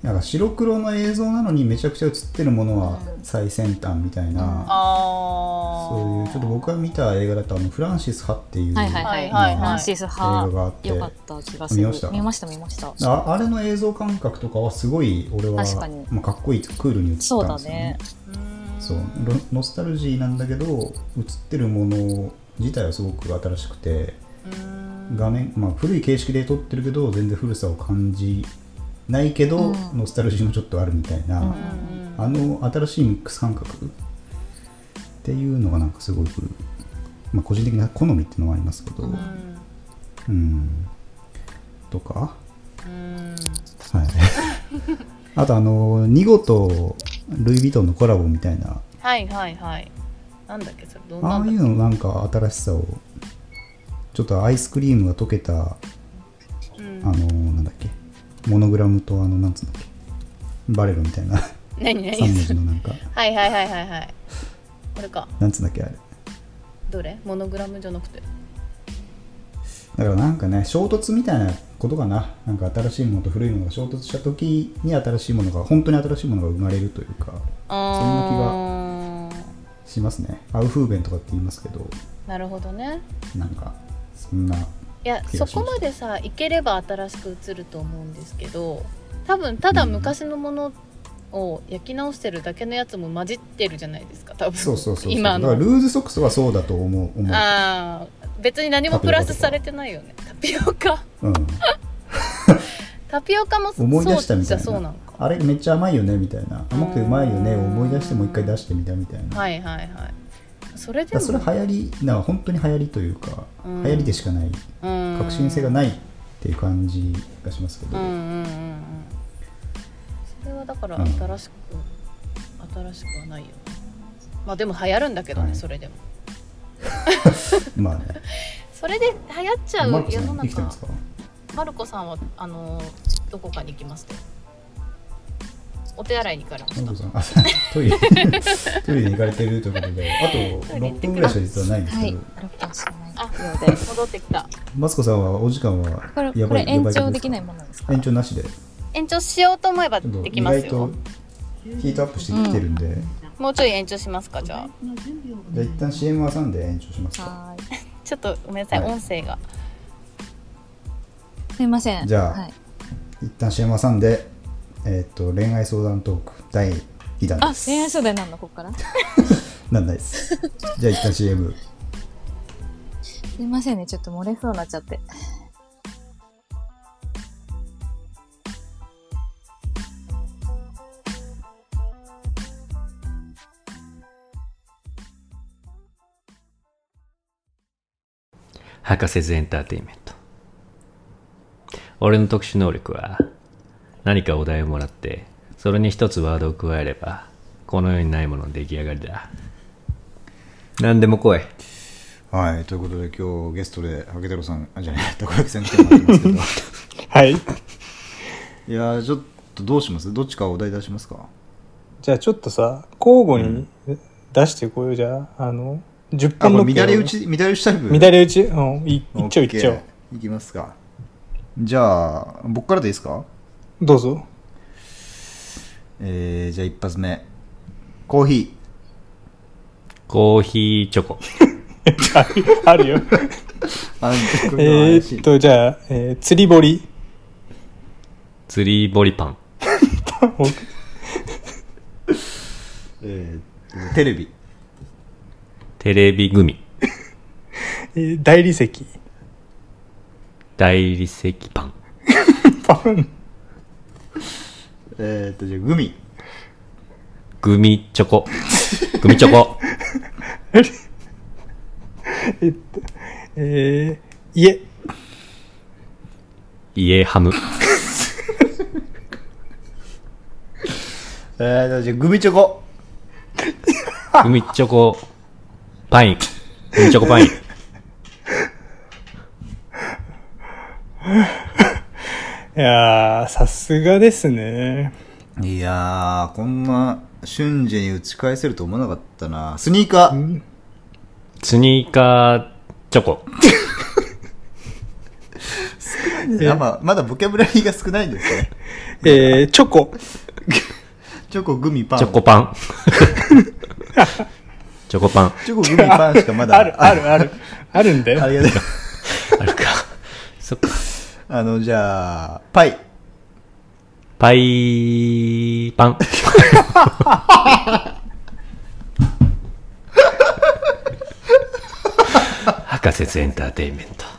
[SPEAKER 1] なんか白黒の映像なのにめちゃくちゃ映ってるものは
[SPEAKER 2] うん
[SPEAKER 1] 最先端みたいな、
[SPEAKER 3] ああ
[SPEAKER 1] そういうちょっと僕が見た映画だとあのフランシス・ハっていう、
[SPEAKER 2] はいはいはい、
[SPEAKER 3] はいはいはい
[SPEAKER 2] フランシス
[SPEAKER 1] 映画があっ
[SPEAKER 2] 派
[SPEAKER 1] て
[SPEAKER 2] 良かった気がする
[SPEAKER 1] 見ました
[SPEAKER 2] 見ました見ました
[SPEAKER 1] ああれの映像感覚とかはすごい俺は
[SPEAKER 2] 確かに
[SPEAKER 1] まあ、かっこいいクールに映った
[SPEAKER 2] そうんだ
[SPEAKER 1] ですよね
[SPEAKER 2] ね
[SPEAKER 3] うーん
[SPEAKER 1] そうロノスタルジーなんだけど映ってるもの自体はすごく新しくて
[SPEAKER 3] うーん
[SPEAKER 1] 画面、まあ、古い形式で撮ってるけど全然古さを感じないけど、
[SPEAKER 2] うん
[SPEAKER 1] ノスタルジーもちょっとあるみたいな、
[SPEAKER 2] うん
[SPEAKER 3] うん
[SPEAKER 1] あの新しいミックス感覚っていうのがなんかすごく、まあ、個人的な好みっていうのもありますけど、
[SPEAKER 3] う
[SPEAKER 1] うんん、とか、
[SPEAKER 3] うん
[SPEAKER 1] はい、 あとあの「ニゴとルイ・ヴィトンのコラボみたいな
[SPEAKER 3] はいはいはいなんだっけそれどうな
[SPEAKER 1] あ
[SPEAKER 3] ん
[SPEAKER 1] あ
[SPEAKER 3] だ
[SPEAKER 1] い
[SPEAKER 3] っけ
[SPEAKER 1] うのなんか新しさをちょっとアイスクリームが溶けた
[SPEAKER 3] うん
[SPEAKER 1] あのーなんだっけモノグラムとあのなんつうんだっけバレロみたいな
[SPEAKER 3] 何何
[SPEAKER 1] 3文字のなんか
[SPEAKER 3] はいはいはいはいはいこれか
[SPEAKER 1] なんつうんだっけあれ
[SPEAKER 3] どれモノグラムじゃなくて
[SPEAKER 1] だからなんかね衝突みたいなことかななんか新しいものと古いものが衝突した時に新しいものが本当に新しいものが生まれるというか
[SPEAKER 3] そ
[SPEAKER 1] ん
[SPEAKER 3] な気が
[SPEAKER 1] しますねアウフーベンとかって言いますけど
[SPEAKER 3] なるほどね
[SPEAKER 1] なんかそんない
[SPEAKER 3] や
[SPEAKER 1] 気
[SPEAKER 3] そ
[SPEAKER 1] がしました
[SPEAKER 3] こまでさいければ新しく映ると思うんですけど多分ただ昔のものを焼き直してるだけのやつも混じってるじゃないですか多分
[SPEAKER 1] そうそうそうそう
[SPEAKER 3] 今
[SPEAKER 1] だから
[SPEAKER 3] の
[SPEAKER 1] ルーズソックスはそうだと思う思う
[SPEAKER 3] あー別に何もプラスされてないよねタピオカ
[SPEAKER 1] うん、
[SPEAKER 3] タピオカも
[SPEAKER 1] 思い出したみたいな
[SPEAKER 3] そうじゃそうなのか
[SPEAKER 1] あれめっちゃ甘いよねみたいな甘くてうまいよねを思い出してもう一回出してみたみたいな、
[SPEAKER 3] はいはいはいそれで
[SPEAKER 1] だ
[SPEAKER 3] も
[SPEAKER 1] からそれ流行りな本当に流行りというか、
[SPEAKER 3] うん
[SPEAKER 1] 流行りでしかない革
[SPEAKER 3] 革
[SPEAKER 1] 新性がないっていう感じがしますけど、
[SPEAKER 3] うんうんうんうんそれはだから
[SPEAKER 1] うん
[SPEAKER 3] 新しく、新しくはないよねまあでも流行るんだけどね、
[SPEAKER 1] はい
[SPEAKER 3] それでも
[SPEAKER 1] まあね
[SPEAKER 3] それで流行っちゃう
[SPEAKER 1] マルコ
[SPEAKER 3] 世
[SPEAKER 1] さ
[SPEAKER 3] の
[SPEAKER 1] ん生きてま
[SPEAKER 3] 中
[SPEAKER 1] すか
[SPEAKER 3] マルコさんはあのーどこかに行きましたよお手洗いに行かれま
[SPEAKER 1] マ
[SPEAKER 3] し
[SPEAKER 1] ル
[SPEAKER 3] た
[SPEAKER 1] コさんあト イレトイレに行かれてるということであと6分ぐらいしか実はないんです
[SPEAKER 2] は
[SPEAKER 1] け
[SPEAKER 2] い
[SPEAKER 1] ど、
[SPEAKER 2] 6分しかない
[SPEAKER 3] あ
[SPEAKER 2] ようで
[SPEAKER 3] 戻ってきた
[SPEAKER 1] マツコさんはお時間は
[SPEAKER 2] これ
[SPEAKER 1] や
[SPEAKER 2] こ
[SPEAKER 1] ば
[SPEAKER 2] れ
[SPEAKER 1] い
[SPEAKER 2] 延
[SPEAKER 1] やば
[SPEAKER 2] 長
[SPEAKER 1] い
[SPEAKER 2] できない
[SPEAKER 1] 感
[SPEAKER 2] ものなんです
[SPEAKER 1] じ
[SPEAKER 2] か
[SPEAKER 1] 延長なしでち
[SPEAKER 3] 延長しようと思えば
[SPEAKER 1] ょっと
[SPEAKER 3] でき
[SPEAKER 1] 意
[SPEAKER 3] ます
[SPEAKER 1] 外と
[SPEAKER 3] よ
[SPEAKER 1] ヒートアップしてきてるんで、
[SPEAKER 3] もうちょい延長しますかじゃあ
[SPEAKER 1] じゃあ一旦 CM 挟んで延長しますか
[SPEAKER 2] はーい
[SPEAKER 3] ちょっとごめんなさい、
[SPEAKER 1] はい
[SPEAKER 3] 音声が
[SPEAKER 2] すいません
[SPEAKER 1] じゃあ
[SPEAKER 2] はい、
[SPEAKER 1] 一旦 CM 挟んで、えー、と恋愛相談トーク第2弾
[SPEAKER 2] あ
[SPEAKER 1] です
[SPEAKER 2] 恋愛相談なんだここ から
[SPEAKER 1] なんないです。 じゃあ一旦 CM。
[SPEAKER 2] すいませんね、ちょっと漏れそうになっちゃって。
[SPEAKER 4] 博士ズエンターテインメント俺の特殊能力は何かお題をもらってそれに一つワードを加えればこの世にないものの出来上がりだ何でも来い
[SPEAKER 1] はい、ということで今日ゲストでハゲ太郎さんあじゃないたこ焼きさん来てもらってますけ ど
[SPEAKER 5] はい。
[SPEAKER 1] いやーちょっとどうしますどっちかお題出しますか
[SPEAKER 5] じゃあちょっとさ、交互に出してこようじゃあ。あの、10
[SPEAKER 1] あ
[SPEAKER 5] 本
[SPEAKER 1] こ
[SPEAKER 5] の
[SPEAKER 1] れ乱れ打ち乱れ打ちタイプ
[SPEAKER 5] 乱れ打ちうん、いいっちゃういっちゃ
[SPEAKER 1] OK いきますかじゃあ僕からでいいですか
[SPEAKER 5] う。どうぞ。
[SPEAKER 1] えー、じゃあ一発目コーヒ
[SPEAKER 4] コーヒーチョコ。
[SPEAKER 5] ああるよ。
[SPEAKER 1] ーあこれは
[SPEAKER 5] え
[SPEAKER 1] 怪しい
[SPEAKER 5] ーっと、じゃあ、えー釣り堀。
[SPEAKER 4] 釣り堀パン。
[SPEAKER 1] えーテレビ
[SPEAKER 4] テレビ組。
[SPEAKER 5] えー大理石。
[SPEAKER 4] 大理石パン。
[SPEAKER 5] パン。
[SPEAKER 1] えー、っとじゃあグミ
[SPEAKER 4] グミチョ コ。グミチョコ。
[SPEAKER 5] えー、家。
[SPEAKER 4] 家ハム。
[SPEAKER 1] えーと、じゃあグミチョコ
[SPEAKER 4] グミチョコパイン。グミチョコパイン。
[SPEAKER 5] いやー、さすがですね。
[SPEAKER 1] いやーこんな瞬時に打ち返せると思わなかったなスニーカー
[SPEAKER 4] スニーカーチョコ。
[SPEAKER 1] やっぱまだボキャブラリーが少ないんですね
[SPEAKER 5] えー、チョコ。
[SPEAKER 1] チョコグミパン
[SPEAKER 4] チョコパン。チョコパン。
[SPEAKER 1] チョコグミパンしかまだ
[SPEAKER 5] ある、ある、ある。あるんだ
[SPEAKER 1] あ
[SPEAKER 5] よ。
[SPEAKER 1] りが とう
[SPEAKER 4] あるか。そっか。
[SPEAKER 1] あのじゃあパイ
[SPEAKER 4] パイパン。博士ズエンターテインメント。